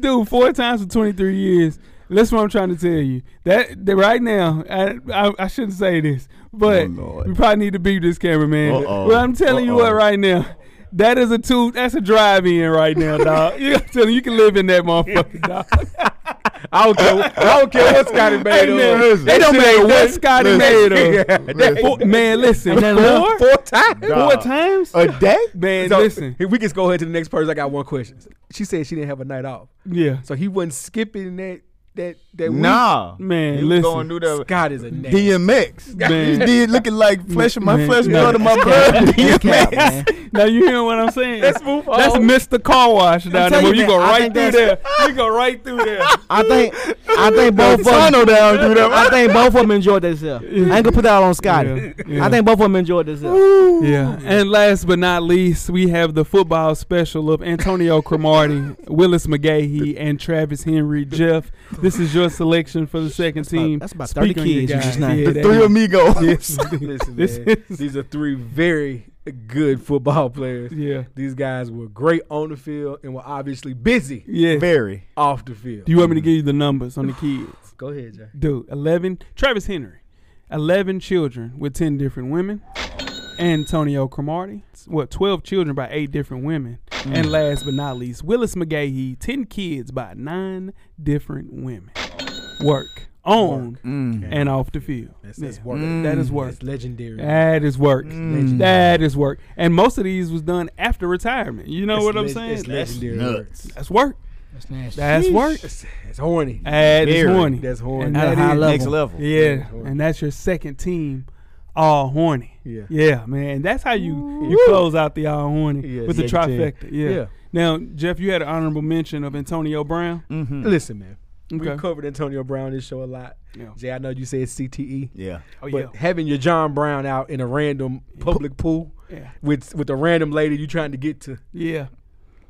Speaker 5: dude, four times for 23 years. That's what I'm trying to tell you. That, that right now, I, I I shouldn't say this, but
Speaker 8: Oh, Lord.
Speaker 5: we probably need to beat this camera, man.
Speaker 8: Uh-oh.
Speaker 5: But I'm telling you what,
Speaker 8: Uh-oh.
Speaker 5: right now, that is a two. That's a drive-in right now, dog. you I'm telling you, you can live in that motherfucker, dog.
Speaker 6: I don't care. I don't care what Scotty made
Speaker 5: Hey, man,
Speaker 6: of.
Speaker 5: they don't matter what
Speaker 6: nothing.
Speaker 5: Scotty made of. Four- Man, listen, four,
Speaker 7: nothing left.
Speaker 5: four,
Speaker 6: Four times.
Speaker 5: four
Speaker 8: Dog.
Speaker 5: times.
Speaker 8: A day?
Speaker 5: Man,
Speaker 6: So,
Speaker 5: listen,
Speaker 6: if we can just go ahead to the next person, I got one question. She said she didn't have a night off,
Speaker 5: yeah,
Speaker 6: so he wasn't skipping that that that week.
Speaker 8: Nah.
Speaker 5: Man,
Speaker 8: He was
Speaker 5: listen.
Speaker 8: Going through the
Speaker 6: Scott is a nasty.
Speaker 8: DMX.
Speaker 5: Man.
Speaker 8: This dude looking like flesh of my
Speaker 5: Man.
Speaker 8: flesh,
Speaker 5: No.
Speaker 8: blood of my blood.
Speaker 7: It's cap,
Speaker 8: DMX.
Speaker 7: man.
Speaker 5: Now you hear what I'm saying?
Speaker 6: Let's move
Speaker 5: That's
Speaker 6: on.
Speaker 5: Mr. Car Wash down there.
Speaker 7: telling
Speaker 5: Where
Speaker 7: you,
Speaker 5: you go
Speaker 7: man, I
Speaker 5: right
Speaker 7: think
Speaker 5: through there. You go right through there.
Speaker 7: I think I think both of
Speaker 8: Tunnel
Speaker 7: them.
Speaker 8: down through there.
Speaker 7: I think both of them enjoyed themselves. I ain't gonna put that out on Scotty.
Speaker 5: Yeah, yeah.
Speaker 7: I think both of them enjoyed themselves.
Speaker 5: Yeah. And last but not least, we have the football special of Antonio Cromartie, Willis McGahee, and Travis Henry. Jeff, this is your selection for the second
Speaker 7: about-
Speaker 5: team.
Speaker 7: that's about
Speaker 5: Speak
Speaker 7: 30
Speaker 5: on your
Speaker 7: kids you
Speaker 5: guys.
Speaker 7: just named.
Speaker 5: Yeah,
Speaker 8: The
Speaker 5: that
Speaker 8: three
Speaker 5: is-
Speaker 8: amigos.
Speaker 6: Listen,
Speaker 5: This
Speaker 6: man, these are three very good football players.
Speaker 5: Yeah.
Speaker 6: These guys were great on the field and were obviously busy
Speaker 5: Yeah.
Speaker 8: Very.
Speaker 6: off the field.
Speaker 5: Do you want me to give you the numbers on the kids?
Speaker 6: Go ahead, Jay.
Speaker 5: Dude, 11. Travis Henry, 11 children with 10 different women. Antonio Cromartie, what, 12 children by 8 different women.
Speaker 6: Mm.
Speaker 5: And last but not least, Willis McGahee, 10 kids by 9 different women. Work on and off the field.
Speaker 6: Mm. That's, that's
Speaker 5: Yeah.
Speaker 6: work.
Speaker 5: That is work.
Speaker 6: That's legendary.
Speaker 5: That is work.
Speaker 6: Mm.
Speaker 5: That is work. And most of these was done after retirement. You know
Speaker 6: That's
Speaker 5: what I'm
Speaker 6: leg-
Speaker 5: saying?
Speaker 6: That's legendary.
Speaker 8: nuts.
Speaker 6: work.
Speaker 5: That's work.
Speaker 7: That's nasty.
Speaker 5: That's work.
Speaker 6: That's, that's horny.
Speaker 5: That is
Speaker 8: Very.
Speaker 5: Ah, horny.
Speaker 6: That's horny.
Speaker 5: And
Speaker 7: At
Speaker 5: that
Speaker 7: a high
Speaker 5: is-
Speaker 7: level.
Speaker 8: Next level.
Speaker 5: Yeah,
Speaker 6: horny.
Speaker 5: and that's your second team, all horny.
Speaker 6: Yeah.
Speaker 5: yeah, man. That's how you you close out the all horny
Speaker 6: Yeah,
Speaker 5: with the
Speaker 6: second team.
Speaker 5: trifecta. Yeah.
Speaker 6: Yeah.
Speaker 5: Now, Jeff, you had an honorable mention of Antonio Brown.
Speaker 6: Mm, Listen, man.
Speaker 5: mm-hmm. Okay.
Speaker 6: We've covered Antonio Brown this show a lot.
Speaker 5: Yeah.
Speaker 6: Jay, I know you said E. CTE.
Speaker 8: Yeah.
Speaker 5: Oh
Speaker 6: But having your John Brown out in a random public pool
Speaker 5: yeah,
Speaker 6: with with a random lady you trying to get to,
Speaker 5: yeah,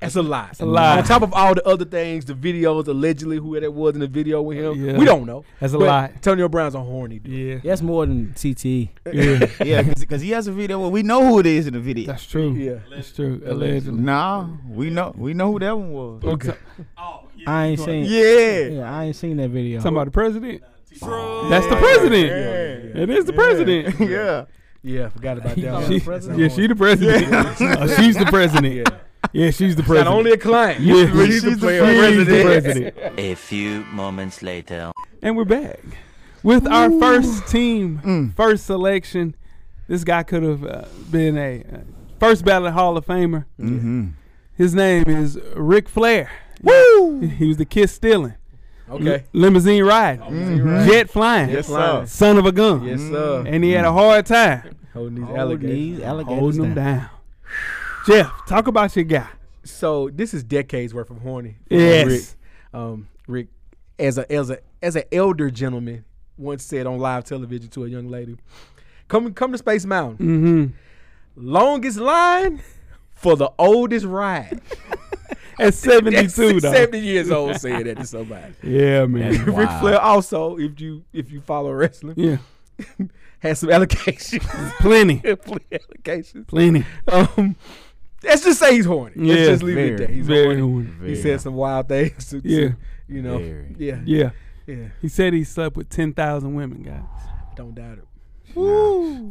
Speaker 6: that's a lie. That's
Speaker 5: a lie.
Speaker 6: On top of all the other things, the videos allegedly who that was in the video with him,
Speaker 5: Yeah.
Speaker 6: we don't know.
Speaker 5: That's a
Speaker 6: But
Speaker 5: lie.
Speaker 6: Antonio Brown's a horny dude.
Speaker 5: yeah.
Speaker 7: That's more than CTE.
Speaker 5: yeah.
Speaker 8: Yeah, because he has a video. Well, we know who it is in the video.
Speaker 5: That's true.
Speaker 6: Yeah.
Speaker 5: that's true. Allegedly.
Speaker 8: Nah, we know we know who that one was.
Speaker 5: Okay.
Speaker 7: I ain't seen. Yeah.
Speaker 8: Yeah.
Speaker 7: I ain't seen that video.
Speaker 5: Talking about the president. That's the president. It is the president.
Speaker 8: Yeah.
Speaker 6: Yeah, forgot about that. one.
Speaker 5: She,
Speaker 6: That's a
Speaker 5: yeah,
Speaker 6: horny-
Speaker 5: she the president. Uh, she's the president. Yeah. she's the
Speaker 6: Not
Speaker 5: president.
Speaker 6: only a client.
Speaker 5: yeah,
Speaker 6: but
Speaker 5: she's, the,
Speaker 6: president.
Speaker 5: president.
Speaker 9: A few moments later.
Speaker 5: And we're back with our first team,
Speaker 6: Mm.
Speaker 5: first selection. This guy could have uh, been a uh, first ballot Hall of Famer.
Speaker 8: Mm-hmm.
Speaker 5: His name is Ric Flair.
Speaker 6: Woo!
Speaker 5: He was the kiss stealing,
Speaker 6: Okay.
Speaker 5: l- limousine riding,
Speaker 6: Mm-hmm.
Speaker 5: jet flying,
Speaker 6: Yes, sir.
Speaker 5: son of a gun.
Speaker 6: Yes, sir.
Speaker 5: And he had a hard time
Speaker 6: Holding these
Speaker 7: Hold
Speaker 6: alligators.
Speaker 7: these alligators
Speaker 5: holding them
Speaker 7: down.
Speaker 5: down. Jeff, talk about your guy.
Speaker 6: So this is decades worth of horny. from Rick.
Speaker 5: Yes.
Speaker 6: Um, Rick, as a as a as an elder gentleman once said on live television to a young lady, "Come come to Space Mountain.
Speaker 5: Mm-hmm.
Speaker 6: Longest line for the oldest ride."
Speaker 5: At 72, though.
Speaker 6: Seventy years old saying that to somebody.
Speaker 5: Yeah, man.
Speaker 6: Rick Flair also, if you if you follow wrestling,
Speaker 5: Yeah.
Speaker 6: has some allegations,
Speaker 5: Plenty.
Speaker 6: allegations.
Speaker 5: Plenty.
Speaker 6: Um, let's just say he's horny.
Speaker 5: Yeah,
Speaker 6: let's just leave it
Speaker 8: very,
Speaker 6: at that. He's
Speaker 5: Very
Speaker 6: horny.
Speaker 5: horny.
Speaker 6: He
Speaker 8: Very.
Speaker 6: said some wild things. To, to-
Speaker 5: Yeah.
Speaker 6: you know.
Speaker 8: Very.
Speaker 6: Yeah, yeah,
Speaker 5: Yeah. He said he slept with 10,000 women, guys.
Speaker 6: Don't doubt it.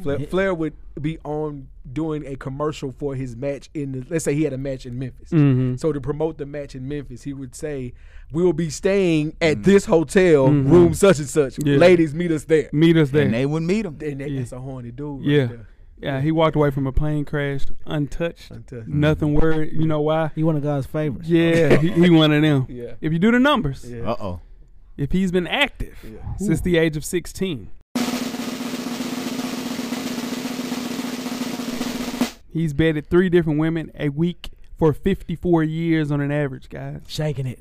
Speaker 6: Flair, Flair would be on doing a commercial for his match in the. Let's say he had a match in Memphis.
Speaker 5: Mm.
Speaker 6: So to promote the match in Memphis, he would say, "We will be staying at this hotel room, such and such.
Speaker 5: Mm. Mm-hmm. Yeah.
Speaker 6: Ladies, meet us there."
Speaker 5: Meet us there.
Speaker 8: And they wouldn't meet him.
Speaker 6: And that,
Speaker 5: Yeah.
Speaker 6: that's a horny dude. Right
Speaker 5: Yeah.
Speaker 6: There.
Speaker 5: Yeah, he walked away from a plane crash untouched.
Speaker 6: Untouched.
Speaker 5: Nothing worried. You know why?
Speaker 7: He one of God's favorites.
Speaker 5: Yeah, he, he one of them.
Speaker 6: Yeah.
Speaker 5: If you do the numbers,
Speaker 6: Yeah.
Speaker 8: Uh oh.
Speaker 5: if he's been active
Speaker 6: Yeah.
Speaker 5: since the age of 16, he's bedded three different women a week for 54 years on an average, guys.
Speaker 7: Shaking it.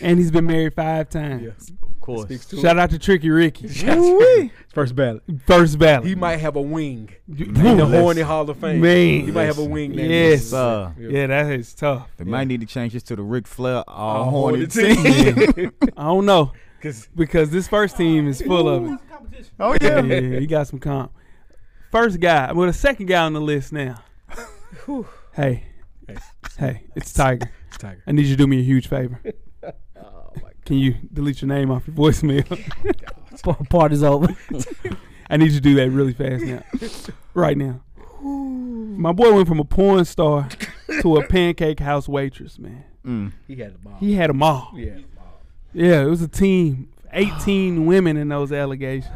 Speaker 5: And he's been married five times.
Speaker 8: Of course.
Speaker 5: Shout out to Tricky Ricky.
Speaker 6: Woo-wee. First ballot.
Speaker 5: First ballot.
Speaker 6: He might have a wing in
Speaker 5: Woo.
Speaker 6: the Horny Hall of Fame.
Speaker 5: Man.
Speaker 6: He might have a wing. named
Speaker 5: Yes.
Speaker 6: after him.
Speaker 8: Uh,
Speaker 5: Yeah, that is tough.
Speaker 8: they might need to change this to the Ric Flair all
Speaker 6: All
Speaker 8: horny
Speaker 6: horny
Speaker 8: team.
Speaker 5: I don't know
Speaker 6: 'Cause-
Speaker 5: because this first team is full of it.
Speaker 8: oh
Speaker 5: Yeah, he got some comp. First guy, well, the second guy on the list now. hey, hey, it's Tiger.
Speaker 6: Tiger.
Speaker 5: I need you to do me a huge favor. Can you delete your name off your voicemail?
Speaker 7: Part is over.
Speaker 5: I need you to do that really fast now, right now. My boy went from a porn star to a pancake house waitress. Man,
Speaker 6: He had the ball.
Speaker 5: he had them all.
Speaker 6: Yeah.
Speaker 5: Yeah, it was a team. 18 women in those allegations.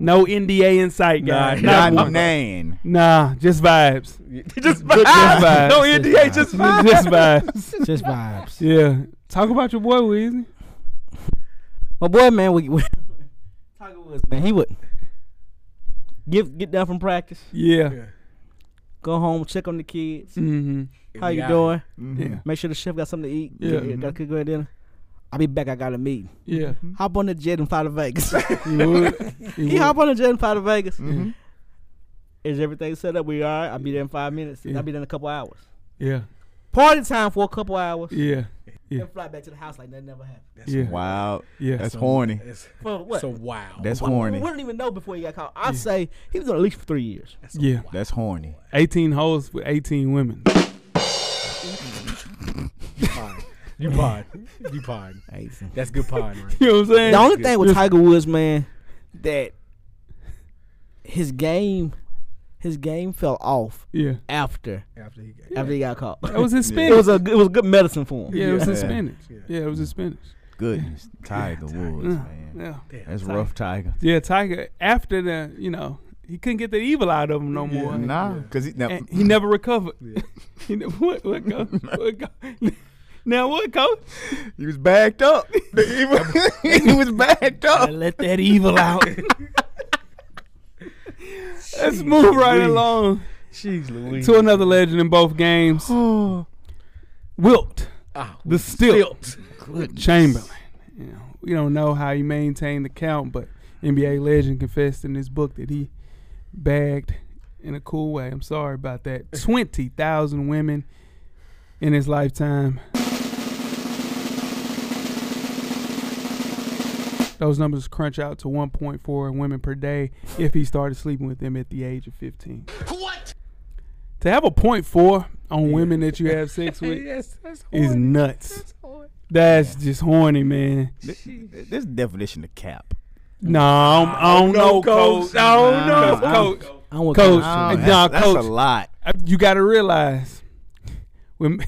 Speaker 5: No NDA in sight, guys.
Speaker 8: Not
Speaker 5: Not one.
Speaker 8: Nan.
Speaker 5: Nah, just vibes. Just
Speaker 6: just
Speaker 5: vibes.
Speaker 6: No NDA, just vibes.
Speaker 5: just vibes.
Speaker 7: Just vibes.
Speaker 5: Yeah. Talk about your boy, Weezy.
Speaker 7: My boy, man, we, we Tiger Woods, man, he would give get down from practice,
Speaker 5: Yeah.
Speaker 7: go home, check on the kids.
Speaker 5: Mm-hmm.
Speaker 7: How you
Speaker 6: Yeah.
Speaker 7: doing?
Speaker 5: Yeah.
Speaker 7: Make sure the chef got something to eat.
Speaker 5: Yeah.
Speaker 7: got a good good dinner. I'll be back. I got a meeting.
Speaker 5: Yeah.
Speaker 7: Hop on the jet and fly to Vegas.
Speaker 5: You would.
Speaker 7: Mm-hmm. he Mm-hmm.
Speaker 5: You would.
Speaker 7: hop on the jet and fly to Vegas.
Speaker 5: Mm-hmm.
Speaker 7: Is everything set up? We all right? I'll be there in five minutes.
Speaker 5: Yeah.
Speaker 7: I'll be there in a couple hours.
Speaker 5: Yeah.
Speaker 7: Party time for a couple hours.
Speaker 5: Yeah. Yeah.
Speaker 7: And fly back to the house like that never happened.
Speaker 5: Yeah.
Speaker 8: Wow.
Speaker 5: Yeah.
Speaker 8: That's horny.
Speaker 6: It's,
Speaker 7: For what?
Speaker 6: so wow.
Speaker 8: That's
Speaker 7: We-
Speaker 8: horny.
Speaker 7: We wouldn't even know before he got caught. I'd say he was on at least for three years.
Speaker 5: Yeah.
Speaker 8: That's horny.
Speaker 5: 18 hoes with 18 women.
Speaker 6: You pod. You pod. That's good pod, right?
Speaker 5: You know what I'm saying?
Speaker 7: The only thing with Tiger Woods, man, that his game, his game fell off
Speaker 5: Yeah.
Speaker 7: after
Speaker 6: After he got
Speaker 7: after he got caught.
Speaker 5: That was his
Speaker 7: It
Speaker 5: Spanish.
Speaker 7: was a it was good medicine for him.
Speaker 5: Yeah, it was in
Speaker 8: Yeah.
Speaker 5: Spanish. Yeah, Mm-hmm. it was in Spanish.
Speaker 8: Goodness. Tiger Woods,
Speaker 5: Yeah.
Speaker 8: man.
Speaker 5: Yeah.
Speaker 8: That's rough, Tiger.
Speaker 5: Yeah, Tiger. After the, you know, he couldn't get the evil out of him no more.
Speaker 8: Nah, cause he, now,
Speaker 5: And he never recovered. He ne- what, what, coach? What, coach? Now what, coach?
Speaker 8: he was backed up. he was- he was backed up.
Speaker 7: Let that evil out.
Speaker 5: Let's move right along
Speaker 6: Jeez Louise.
Speaker 5: to another legend in both games. Wilt
Speaker 6: Ah,
Speaker 5: the Stilt Chamberlain. You know, we don't know how he maintained the count, but NBA legend confessed in his book that he bagged in a cool way. I'm sorry about that. Twenty thousand women in his lifetime. Those numbers crunch out to 1.4 women per day if he started sleeping with them at the age of 15. What? To have a point four on women that you have sex with
Speaker 6: Yes, that's
Speaker 5: is
Speaker 6: horny.
Speaker 5: nuts.
Speaker 6: horny.
Speaker 5: That's just horny, man.
Speaker 8: This, this definition of cap.
Speaker 5: No, I don't, I don't know, coach. I don't
Speaker 8: Nah, I
Speaker 5: know,
Speaker 8: don't-
Speaker 5: coach.
Speaker 7: I want
Speaker 5: Coach.
Speaker 8: Oh,
Speaker 5: Nah,
Speaker 8: that's, that's a
Speaker 5: coach.
Speaker 8: lot.
Speaker 5: You got to realize when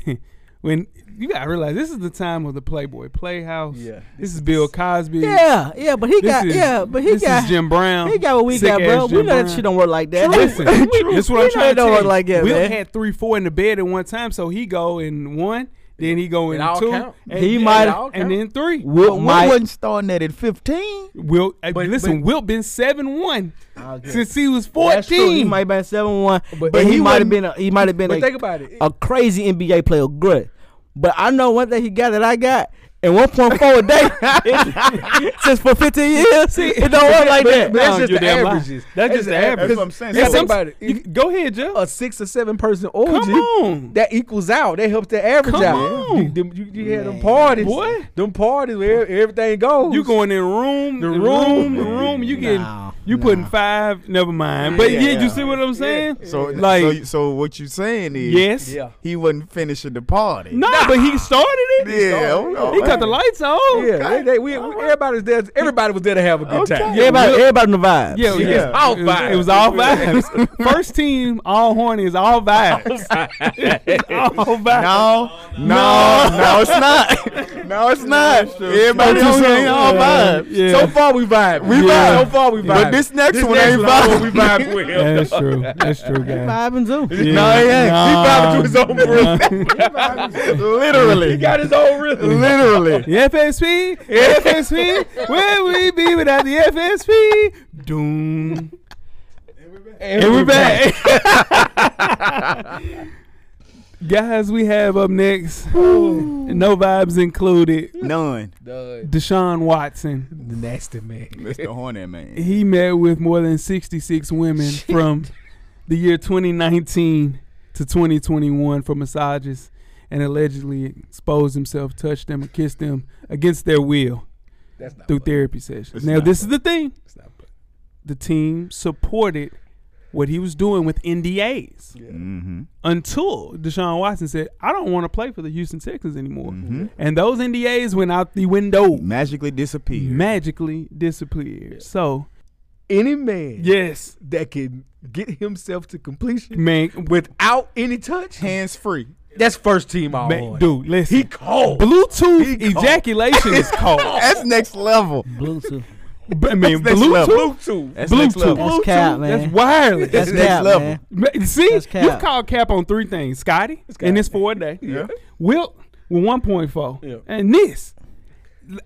Speaker 5: when you gotta realize this is the time of the Playboy Playhouse.
Speaker 6: Yeah.
Speaker 5: this is Bill Cosby.
Speaker 7: Yeah, yeah, but he
Speaker 5: This
Speaker 7: got
Speaker 5: is-
Speaker 7: yeah, but he
Speaker 5: this
Speaker 7: got
Speaker 5: is Jim Brown.
Speaker 7: He got what we
Speaker 5: Sick
Speaker 7: got, bro.
Speaker 5: ass
Speaker 7: We
Speaker 5: Jim
Speaker 7: know that
Speaker 5: Brown.
Speaker 7: shit don't work like that.
Speaker 5: Listen, this is what I'm
Speaker 7: we know
Speaker 5: trying
Speaker 7: it
Speaker 5: to
Speaker 7: don't
Speaker 5: tell
Speaker 7: work
Speaker 5: you.
Speaker 7: like that,
Speaker 5: Will
Speaker 7: man.
Speaker 5: had three, four in the bed at one time, so he go in one, then he go in
Speaker 6: all
Speaker 5: two,
Speaker 6: count.
Speaker 5: and,
Speaker 7: He
Speaker 5: and-
Speaker 7: might-
Speaker 5: and then three.
Speaker 7: Wilt
Speaker 8: One
Speaker 7: might-
Speaker 8: wasn't starting that at 15.
Speaker 5: Will, uh, listen,
Speaker 6: but-
Speaker 5: Wilt been seven one
Speaker 6: Okay.
Speaker 5: since he was
Speaker 7: That's true. He
Speaker 5: fourteen.
Speaker 7: might have been seven one,
Speaker 6: But-
Speaker 7: but,
Speaker 6: but
Speaker 7: he,
Speaker 6: he
Speaker 7: might have
Speaker 6: wasn't-
Speaker 7: been a, he might have been
Speaker 6: But
Speaker 7: a,
Speaker 6: think about it.
Speaker 7: a crazy NBA player, good. But I know one thing he got that I got. And 1.4 a day it- since for 15 years, it don't work like
Speaker 6: but,
Speaker 7: that.
Speaker 6: But that's just
Speaker 5: you're
Speaker 6: the
Speaker 5: damn right.
Speaker 6: averages.
Speaker 5: That's just the
Speaker 6: average.
Speaker 5: average.
Speaker 8: That's what I'm saying.
Speaker 6: Yeah,
Speaker 8: So-
Speaker 6: think about it.
Speaker 5: You- go ahead, Joe.
Speaker 6: a six or seven person oh, orgy.
Speaker 5: Come on.
Speaker 6: That equals out. That helps the average
Speaker 5: Come
Speaker 6: out.
Speaker 5: on.
Speaker 6: You, you, you had them parties.
Speaker 5: Boy.
Speaker 6: Them parties where everything goes.
Speaker 5: You going in room,
Speaker 6: The
Speaker 5: the
Speaker 6: room.
Speaker 5: room, the room. You getting,
Speaker 7: Nah,
Speaker 5: you putting five. Never mind. But yeah, you see what I'm saying?
Speaker 8: So,
Speaker 5: Like-
Speaker 8: so, so what you saying is,
Speaker 5: Yes.
Speaker 6: Yeah.
Speaker 8: he wasn't finishing the party.
Speaker 5: No, but he started it.
Speaker 8: yeah,
Speaker 5: He cut the lights off.
Speaker 6: Yeah, they, they, we, everybody was there. Everybody was there to have a good time.
Speaker 8: Yeah,
Speaker 7: Everybody, everybody in the vibes.
Speaker 5: Yeah,
Speaker 6: Yeah.
Speaker 5: yeah.
Speaker 6: It's all
Speaker 5: It was-
Speaker 6: vibes.
Speaker 5: It was all vibes. First team, all horny is all vibes. all vibes.
Speaker 8: No, no, no, it's not. No, it's not. Everybody
Speaker 5: That's
Speaker 8: on
Speaker 5: true.
Speaker 8: here ain't all
Speaker 5: Yeah.
Speaker 8: vibes.
Speaker 5: Yeah.
Speaker 6: So far we vibe. We
Speaker 8: Yeah.
Speaker 6: vibe. So far we vibe.
Speaker 8: But this next one ain't
Speaker 6: one,
Speaker 8: vibe.
Speaker 6: We vibe with.
Speaker 5: Yeah, That's true. That's true, guys.
Speaker 7: Vibing too.
Speaker 8: No, it ain't.
Speaker 6: He vibing to his own room.
Speaker 8: Literally.
Speaker 6: He got his own rhythm.
Speaker 8: Literally.
Speaker 5: The FSP, FSP, where we be without the FSP? Doom. And we're back. Guys, we have up next, no vibes included,
Speaker 8: None.
Speaker 5: Deshaun Watson.
Speaker 6: The nasty man.
Speaker 8: That's the hornet man.
Speaker 5: He met with more than 66 women from the year 2019 to 2021 for massages and allegedly exposed himself, touched them, or kissed them against their will
Speaker 6: That's not.
Speaker 5: through
Speaker 6: funny.
Speaker 5: therapy sessions.
Speaker 8: It's
Speaker 5: now,
Speaker 8: not
Speaker 5: this is the thing
Speaker 6: That's not funny.
Speaker 5: the team supported what he was doing with NDAs
Speaker 8: Mm-hmm.
Speaker 5: until Deshaun Watson said, I don't want to play for the Houston Texans anymore. And those NDAs went out the window,
Speaker 8: Magically disappeared.
Speaker 5: magically disappeared. So,
Speaker 6: Any man
Speaker 5: yes,
Speaker 6: that can get himself to completion
Speaker 5: man, with
Speaker 6: without any touch,
Speaker 8: Hands free.
Speaker 6: that's first team all
Speaker 5: man,
Speaker 6: on.
Speaker 5: dude, listen.
Speaker 6: Oh, He cold. He
Speaker 5: Bluetooth
Speaker 6: cold.
Speaker 5: ejaculation is cold.
Speaker 8: That's next level.
Speaker 7: Bluetooth.
Speaker 5: I mean,
Speaker 8: That's next level.
Speaker 5: Bluetooth.
Speaker 6: Bluetooth.
Speaker 8: That's next
Speaker 5: Bluetooth.
Speaker 8: level.
Speaker 7: That's cap, man.
Speaker 5: That's wireless.
Speaker 7: That's
Speaker 8: next
Speaker 7: cap,
Speaker 8: level.
Speaker 7: man.
Speaker 5: Ma- See,
Speaker 7: That's cap.
Speaker 5: you've called cap on three things: Scotty, and it's four a day.
Speaker 8: Yeah.
Speaker 5: Wilt with one point four,
Speaker 6: Yeah.
Speaker 5: and this.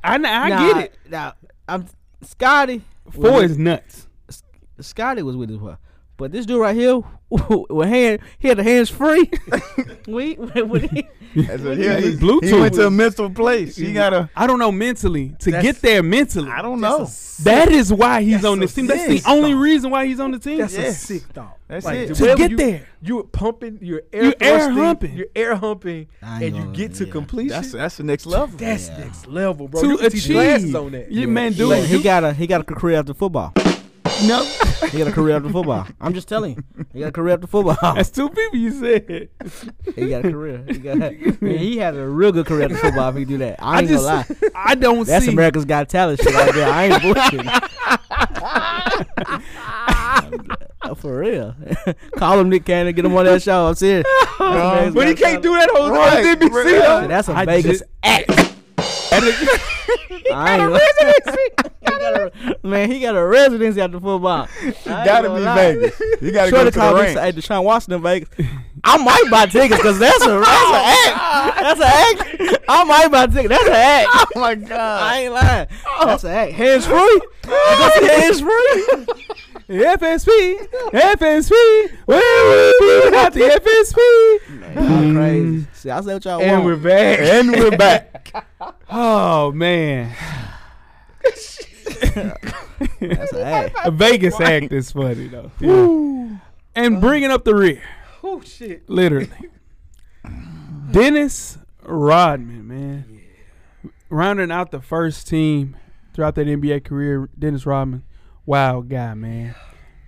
Speaker 5: I, I
Speaker 7: Nah,
Speaker 5: get it.
Speaker 7: Nah, I'm Scotty.
Speaker 5: Four
Speaker 7: was-
Speaker 5: is nuts.
Speaker 7: Scotty was with his wife. But this dude right here, with hand, he had the hands free. we, when he,
Speaker 8: That's a, yeah, he,
Speaker 5: Bluetooth.
Speaker 8: he went to a mental place. He got a.
Speaker 5: I don't know mentally to
Speaker 6: That's-
Speaker 5: get there mentally.
Speaker 8: I don't know.
Speaker 5: That is why he's
Speaker 6: That's
Speaker 5: on
Speaker 6: a
Speaker 5: this team. That's
Speaker 8: sick
Speaker 5: the only reason why he's on the team.
Speaker 6: That's
Speaker 8: Yes.
Speaker 6: a sick thought.
Speaker 8: That's
Speaker 6: Like,
Speaker 8: it.
Speaker 5: To
Speaker 6: wherever
Speaker 5: get
Speaker 6: you,
Speaker 5: there.
Speaker 6: You're pumping, you're air,
Speaker 5: You air
Speaker 6: thrusting,
Speaker 5: humping.
Speaker 6: You're air humping,
Speaker 7: I ain't
Speaker 6: and you
Speaker 7: gonna-
Speaker 6: get to
Speaker 7: yeah.
Speaker 6: completion.
Speaker 8: That's
Speaker 6: That's,
Speaker 8: that's the next level.
Speaker 6: next level, bro.
Speaker 5: To
Speaker 6: you can teach
Speaker 5: achieve.
Speaker 6: classes on that.
Speaker 5: Yeah, man, dude.
Speaker 7: Like, he got a he got a career after football.
Speaker 5: no,
Speaker 7: He got a career after football. I'm just telling you, he got a career after football.
Speaker 5: that's two people you said.
Speaker 7: he got a career. He, got, man, he had a real good career after football. If he do that, I
Speaker 5: I
Speaker 7: ain't
Speaker 5: just,
Speaker 7: gonna lie.
Speaker 5: I don't
Speaker 7: That's
Speaker 5: see.
Speaker 7: America's Got Talent shit right there. I ain't bullshitting. For real, call him Nick Cannon, get him on that show. I'm serious. That's America's
Speaker 6: But he
Speaker 7: Got
Speaker 6: can't
Speaker 7: Talent.
Speaker 6: do that on
Speaker 8: Right.
Speaker 6: on NBC.
Speaker 8: Right.
Speaker 6: though.
Speaker 7: That's a
Speaker 5: I
Speaker 7: Vegas
Speaker 5: just-
Speaker 7: I ain't gonna- Man, he got a residency after football.
Speaker 8: Gotta be Vegas. You gotta
Speaker 7: Sure
Speaker 8: go
Speaker 7: to
Speaker 8: to the
Speaker 7: call me
Speaker 8: range.
Speaker 7: say, hey, Deshaun Washington, Vegas. I might buy tickets because that's a
Speaker 8: Oh,
Speaker 7: that's an act. That's an act. I might buy tickets. That's an act.
Speaker 8: Oh my god. Oh.
Speaker 7: I ain't lying. That's an act. Hands free. That's hands free.
Speaker 5: FSP, FSP, where we be without the FSP?
Speaker 7: Y'all crazy. See, I say what y'all
Speaker 6: And we're
Speaker 7: want.
Speaker 6: back.
Speaker 8: And we're back.
Speaker 5: Oh man,
Speaker 7: That's an act.
Speaker 5: a Vegas act is funny though. Yeah. And bringing up the rear,
Speaker 6: oh shit.
Speaker 5: literally. Dennis Rodman, man, rounding out the first team throughout that NBA career. Dennis Rodman, wild guy, man.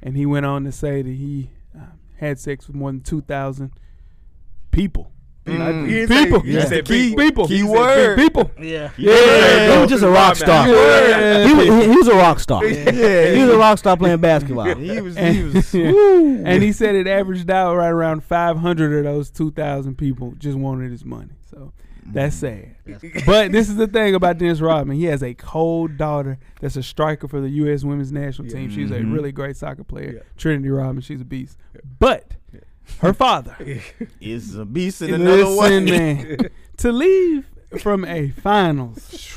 Speaker 5: And he went on to say that he uh, had sex with more than two thousand people.
Speaker 6: He didn't say-
Speaker 5: People,
Speaker 6: he didn't say
Speaker 5: key, people,
Speaker 6: people.
Speaker 8: Key word.
Speaker 5: people.
Speaker 7: Yeah.
Speaker 5: Yeah.
Speaker 7: He was just a rock star. He was, he- he was a rock star.
Speaker 8: Yeah.
Speaker 7: He was a rock star playing basketball.
Speaker 8: He was. He
Speaker 5: And,
Speaker 8: was.
Speaker 5: and he said it averaged out right around 500 of those 2,000 people just wanted his money. So That's sad. but this is the thing about Dennis Rodman. He has a cold daughter that's a striker for the U.S. women's national team. She's a really great soccer player.
Speaker 6: Yeah.
Speaker 5: Trinity Rodman, she's a beast. But her father,
Speaker 8: It's a beast in another way.
Speaker 5: listen, man, to leave from a finals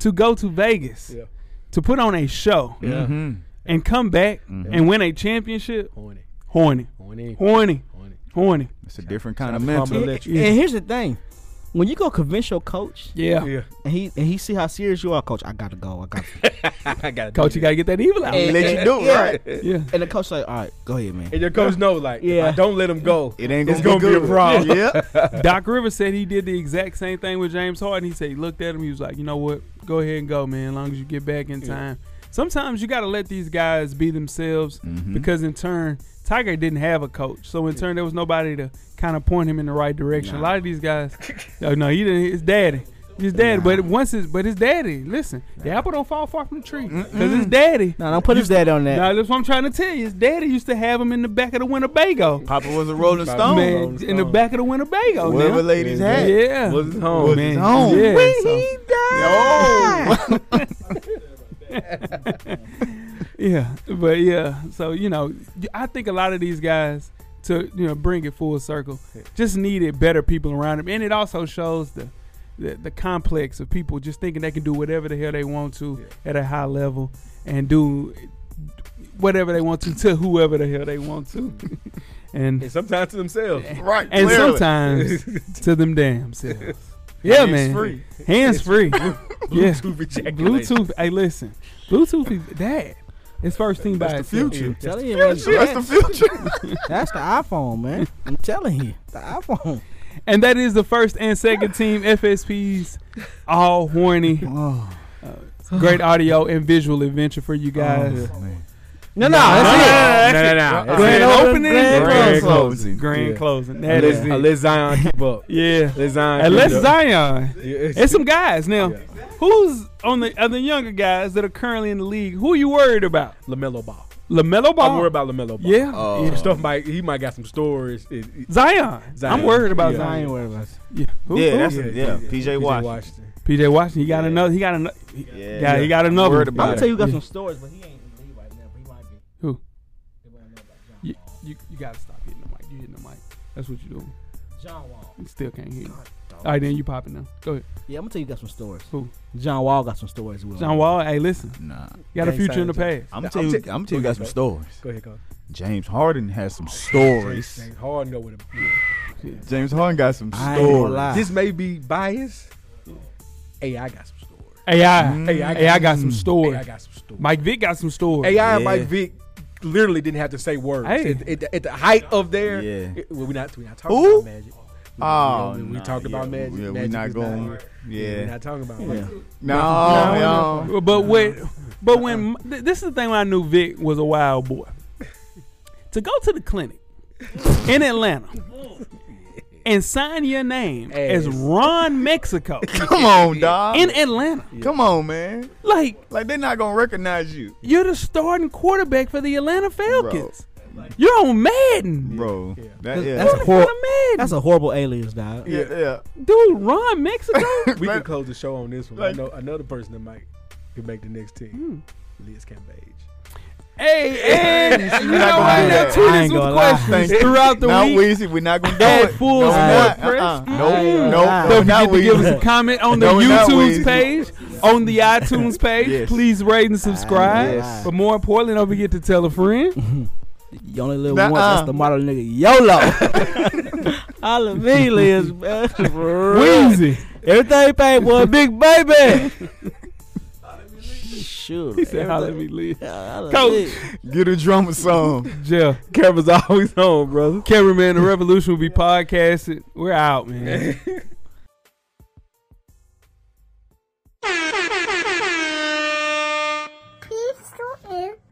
Speaker 5: to go to Vegas
Speaker 6: Yeah.
Speaker 5: to put on a show
Speaker 6: Mm-hmm.
Speaker 8: Mhm.
Speaker 5: and come back and win a championship,
Speaker 6: Horny.
Speaker 5: horny,
Speaker 6: Horny.
Speaker 5: horny,
Speaker 6: Horny.
Speaker 5: horny.
Speaker 8: It's a different kind
Speaker 6: Shout
Speaker 8: of
Speaker 6: out to Mama
Speaker 8: mental.
Speaker 6: Lynn.
Speaker 5: Yeah.
Speaker 7: And here's the thing. When you go convince your coach
Speaker 5: Yeah.
Speaker 6: Yeah.
Speaker 7: and he and he see how serious you are, coach, I gotta go. I gotta go.
Speaker 6: I got it.
Speaker 5: Coach, you gotta get that evil out.
Speaker 8: Let you do it,
Speaker 7: Yeah.
Speaker 8: right?
Speaker 5: Yeah.
Speaker 7: And the coach like, all right, go ahead, man.
Speaker 6: And your coach know, like, if
Speaker 7: Yeah.
Speaker 6: I don't let him go,
Speaker 8: It ain't
Speaker 6: It's
Speaker 8: gonna,
Speaker 6: gonna be a
Speaker 8: good.
Speaker 6: problem.
Speaker 8: Yeah.
Speaker 5: Doc Rivers said he did the exact same thing with James Harden. He said he looked at him. He was like, you know what? Go ahead and go, man. As long as you get back in time. Sometimes you got to let these guys be themselves because in turn, Tiger didn't have a coach. So in turn, there was nobody to kind of point him in the right direction. A lot of these guys, oh, no, he didn't. His daddy. His daddy, but once his but his daddy. Listen, the apple don't fall far from the tree. Cause his daddy.
Speaker 7: No, don't put his dad on that.
Speaker 5: Now that's what I'm trying to tell you. His daddy used to have him in the back of the Winnebago.
Speaker 8: Papa was a Rolling
Speaker 6: Man.
Speaker 8: Stone.
Speaker 5: man,
Speaker 6: Rolling
Speaker 5: in the
Speaker 6: Stone.
Speaker 5: back of the Winnebago.
Speaker 8: Whatever
Speaker 5: now.
Speaker 8: ladies
Speaker 6: Yeah.
Speaker 8: had.
Speaker 5: Yeah.
Speaker 6: was his home.
Speaker 8: Was
Speaker 5: man.
Speaker 8: his home.
Speaker 5: Yeah. so-
Speaker 8: Oh.
Speaker 5: yeah. But yeah. So, you know, y- I think a lot of these guys to, you know, bring it full circle just needed better people around them. And it also shows the the, the complex of people just thinking they can do whatever the hell they want to at a high level and do whatever they want to to whoever the hell they want to. and
Speaker 6: And sometimes to themselves.
Speaker 8: right.
Speaker 5: and
Speaker 8: clearly.
Speaker 5: sometimes to them damn selves. Yeah,
Speaker 6: Hands
Speaker 5: man.
Speaker 6: free.
Speaker 5: Hands free. yeah.
Speaker 6: Bluetooth ejaculation.
Speaker 5: Bluetooth. Hey, listen, Bluetooth is that. It's first team by
Speaker 8: That's the
Speaker 5: itself.
Speaker 8: future.
Speaker 7: telling you, man,
Speaker 8: That's the future.
Speaker 7: that's the iPhone, man. I'm telling you, the iPhone.
Speaker 5: and that is the first and second team FSPs, all horny. Uh,
Speaker 7: Oh.
Speaker 5: Great audio and visual adventure for you guys. Nah,
Speaker 7: No, no, that's
Speaker 5: nah, nah,
Speaker 6: Nah, nah,
Speaker 5: nah.
Speaker 6: nah.
Speaker 5: Grand
Speaker 7: Grand
Speaker 5: opening,
Speaker 7: opening,
Speaker 5: grand
Speaker 8: grand
Speaker 5: closing,
Speaker 8: closing.
Speaker 5: grand
Speaker 6: Yeah.
Speaker 5: closing. That is
Speaker 6: Unless,
Speaker 5: it.
Speaker 6: unless Zion keep up.
Speaker 5: Yeah,
Speaker 6: Let Zion.
Speaker 5: unless
Speaker 6: keep up.
Speaker 5: Zion.
Speaker 6: Yeah, it's-
Speaker 5: It's some guys now. Who's on the other younger guys that are currently in the league? Who are you worried about?
Speaker 6: Lamelo Ball.
Speaker 5: Lamelo Ball.
Speaker 6: I'm worried about Lamelo Ball.
Speaker 5: Yeah,
Speaker 8: Oh.
Speaker 5: Yeah.
Speaker 6: Stuff might he might got some stories. It, it-
Speaker 5: Zion.
Speaker 6: Zion.
Speaker 5: I'm worried about
Speaker 6: Yeah.
Speaker 7: it. I ain't
Speaker 5: Zion.
Speaker 7: worried about it.
Speaker 5: Yeah, Who-
Speaker 8: Yeah,
Speaker 5: who?
Speaker 8: that's
Speaker 6: yeah,
Speaker 8: a,
Speaker 6: yeah,
Speaker 8: yeah. PJ Washington.
Speaker 5: PJ Washington, he got another. He got another. He,
Speaker 8: Yeah.
Speaker 5: got, he got another. one.
Speaker 8: Worried
Speaker 7: I'm
Speaker 8: about
Speaker 7: gonna
Speaker 8: it.
Speaker 7: tell you, you got
Speaker 5: Yeah.
Speaker 7: some stories, but he ain't in the league right now. But he might be.
Speaker 5: Who?
Speaker 7: They won't know about John
Speaker 5: You,
Speaker 7: Wall.
Speaker 5: you, you gotta stop hitting the mic. You hitting the mic. That's what you doing.
Speaker 7: John Wall.
Speaker 5: You still can't hear. You.
Speaker 7: dog.
Speaker 5: All right, then you popping now. Go ahead.
Speaker 7: Yeah, I'm gonna tell you, you got some stories.
Speaker 5: Who?
Speaker 7: John Wall got some stories. Will.
Speaker 5: John Wall. Hey, listen.
Speaker 8: Nah.
Speaker 5: You got a
Speaker 6: Gang
Speaker 5: future in the
Speaker 6: signs.
Speaker 5: past.
Speaker 8: I'm
Speaker 6: Nah,
Speaker 8: gonna tell
Speaker 6: I'm
Speaker 8: you,
Speaker 6: ta-
Speaker 8: I'm tell you, got some stories.
Speaker 6: Go ahead, go.
Speaker 8: James Harden has some stories.
Speaker 6: James Harden go with him.
Speaker 8: James Harden got some
Speaker 7: I ain't gonna
Speaker 8: stories.
Speaker 7: lie.
Speaker 6: This may be biased. Hey, I got some stories.
Speaker 5: AI.
Speaker 6: Mm-hmm. Hey, I got,
Speaker 5: AI got some
Speaker 6: Hey, I
Speaker 5: story.
Speaker 6: got some stories.
Speaker 5: Mike Vick got some story.
Speaker 6: AI and
Speaker 8: Yeah.
Speaker 6: Mike Vick literally didn't have to say words.
Speaker 5: Hey.
Speaker 6: At, at the, at the height of their,
Speaker 8: Yeah.
Speaker 6: it- well, we're not, we not talking
Speaker 8: Who?
Speaker 6: about magic.
Speaker 8: Oh,
Speaker 6: we, we, we
Speaker 8: nah,
Speaker 6: talked about
Speaker 8: yeah,
Speaker 6: magic.
Speaker 8: Yeah,
Speaker 6: magic
Speaker 8: we're not
Speaker 6: is
Speaker 8: going.
Speaker 6: We're
Speaker 8: yeah.
Speaker 6: not talking about
Speaker 7: Yeah.
Speaker 6: magic.
Speaker 8: No, no.
Speaker 5: But when, but when th- this is the thing when I knew Vic was a wild boy. to go to the clinic in Atlanta and sign your name as
Speaker 6: Ass.
Speaker 5: Ron Mexico
Speaker 8: Come on, dog.
Speaker 5: in Atlanta,
Speaker 8: Come on, man.
Speaker 5: like
Speaker 8: Like they're not gonna recognize you,
Speaker 5: you're the starting quarterback for the Atlanta Falcons. You're on Madden.
Speaker 8: bro. That, yeah.
Speaker 7: That's
Speaker 5: You're
Speaker 7: a
Speaker 5: on
Speaker 7: horrible.
Speaker 5: Madden.
Speaker 7: That's a horrible alias, dog.
Speaker 8: yeah, yeah.
Speaker 5: Dude, Ron Mexico.
Speaker 6: We
Speaker 8: Man.
Speaker 6: can close the show on this one.
Speaker 8: Like-
Speaker 6: I know another person that might could make the next team.
Speaker 8: Hmm.
Speaker 6: Liz Cambage.
Speaker 5: hey, and you know what?
Speaker 8: not gonna do
Speaker 5: Now
Speaker 8: that.
Speaker 5: tweet
Speaker 7: I
Speaker 5: us
Speaker 7: ain't
Speaker 5: with
Speaker 7: gonna lie.
Speaker 5: questions
Speaker 8: Thank you.
Speaker 5: throughout the
Speaker 8: not
Speaker 5: week.
Speaker 8: Weezy, we're not gonna do
Speaker 5: At
Speaker 8: it.
Speaker 5: full
Speaker 8: no,
Speaker 5: sport
Speaker 8: we're not.
Speaker 5: press.
Speaker 8: Uh-uh.
Speaker 7: Mm.
Speaker 8: Nope,
Speaker 7: Don't
Speaker 8: nope.
Speaker 5: Don't
Speaker 8: not
Speaker 5: forget to give
Speaker 8: Weezy.
Speaker 5: us a comment on the
Speaker 8: No, we're not
Speaker 5: YouTube's
Speaker 8: Weezy.
Speaker 5: page, on the iTunes page.
Speaker 8: Yes.
Speaker 5: Please rate and subscribe.
Speaker 8: Yes.
Speaker 5: But more importantly, don't forget to tell a friend.
Speaker 7: You only live
Speaker 8: Nuh-uh.
Speaker 7: once. That's the model, nigga. YOLO. All of me lives, man. For real.
Speaker 5: Weezy.
Speaker 7: Everything paid for a big baby. sure.
Speaker 5: He said, holla at me, Lee.
Speaker 7: Coach.
Speaker 8: Get a drummer song.
Speaker 5: Jeff.
Speaker 6: Kevin's always home, brother.
Speaker 5: Cameraman, the revolution will be podcasted. We're out, man.
Speaker 3: Please tune in to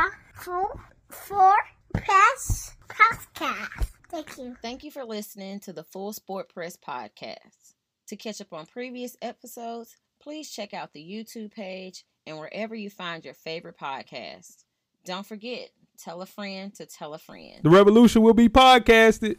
Speaker 3: the full four press podcast. Thank you.
Speaker 4: Thank you for listening to the Full Sport Press podcast. To catch up on previous episodes, please check out the YouTube page and wherever you find your favorite podcast. Don't forget, tell a friend to tell a friend.
Speaker 5: The revolution will be podcasted.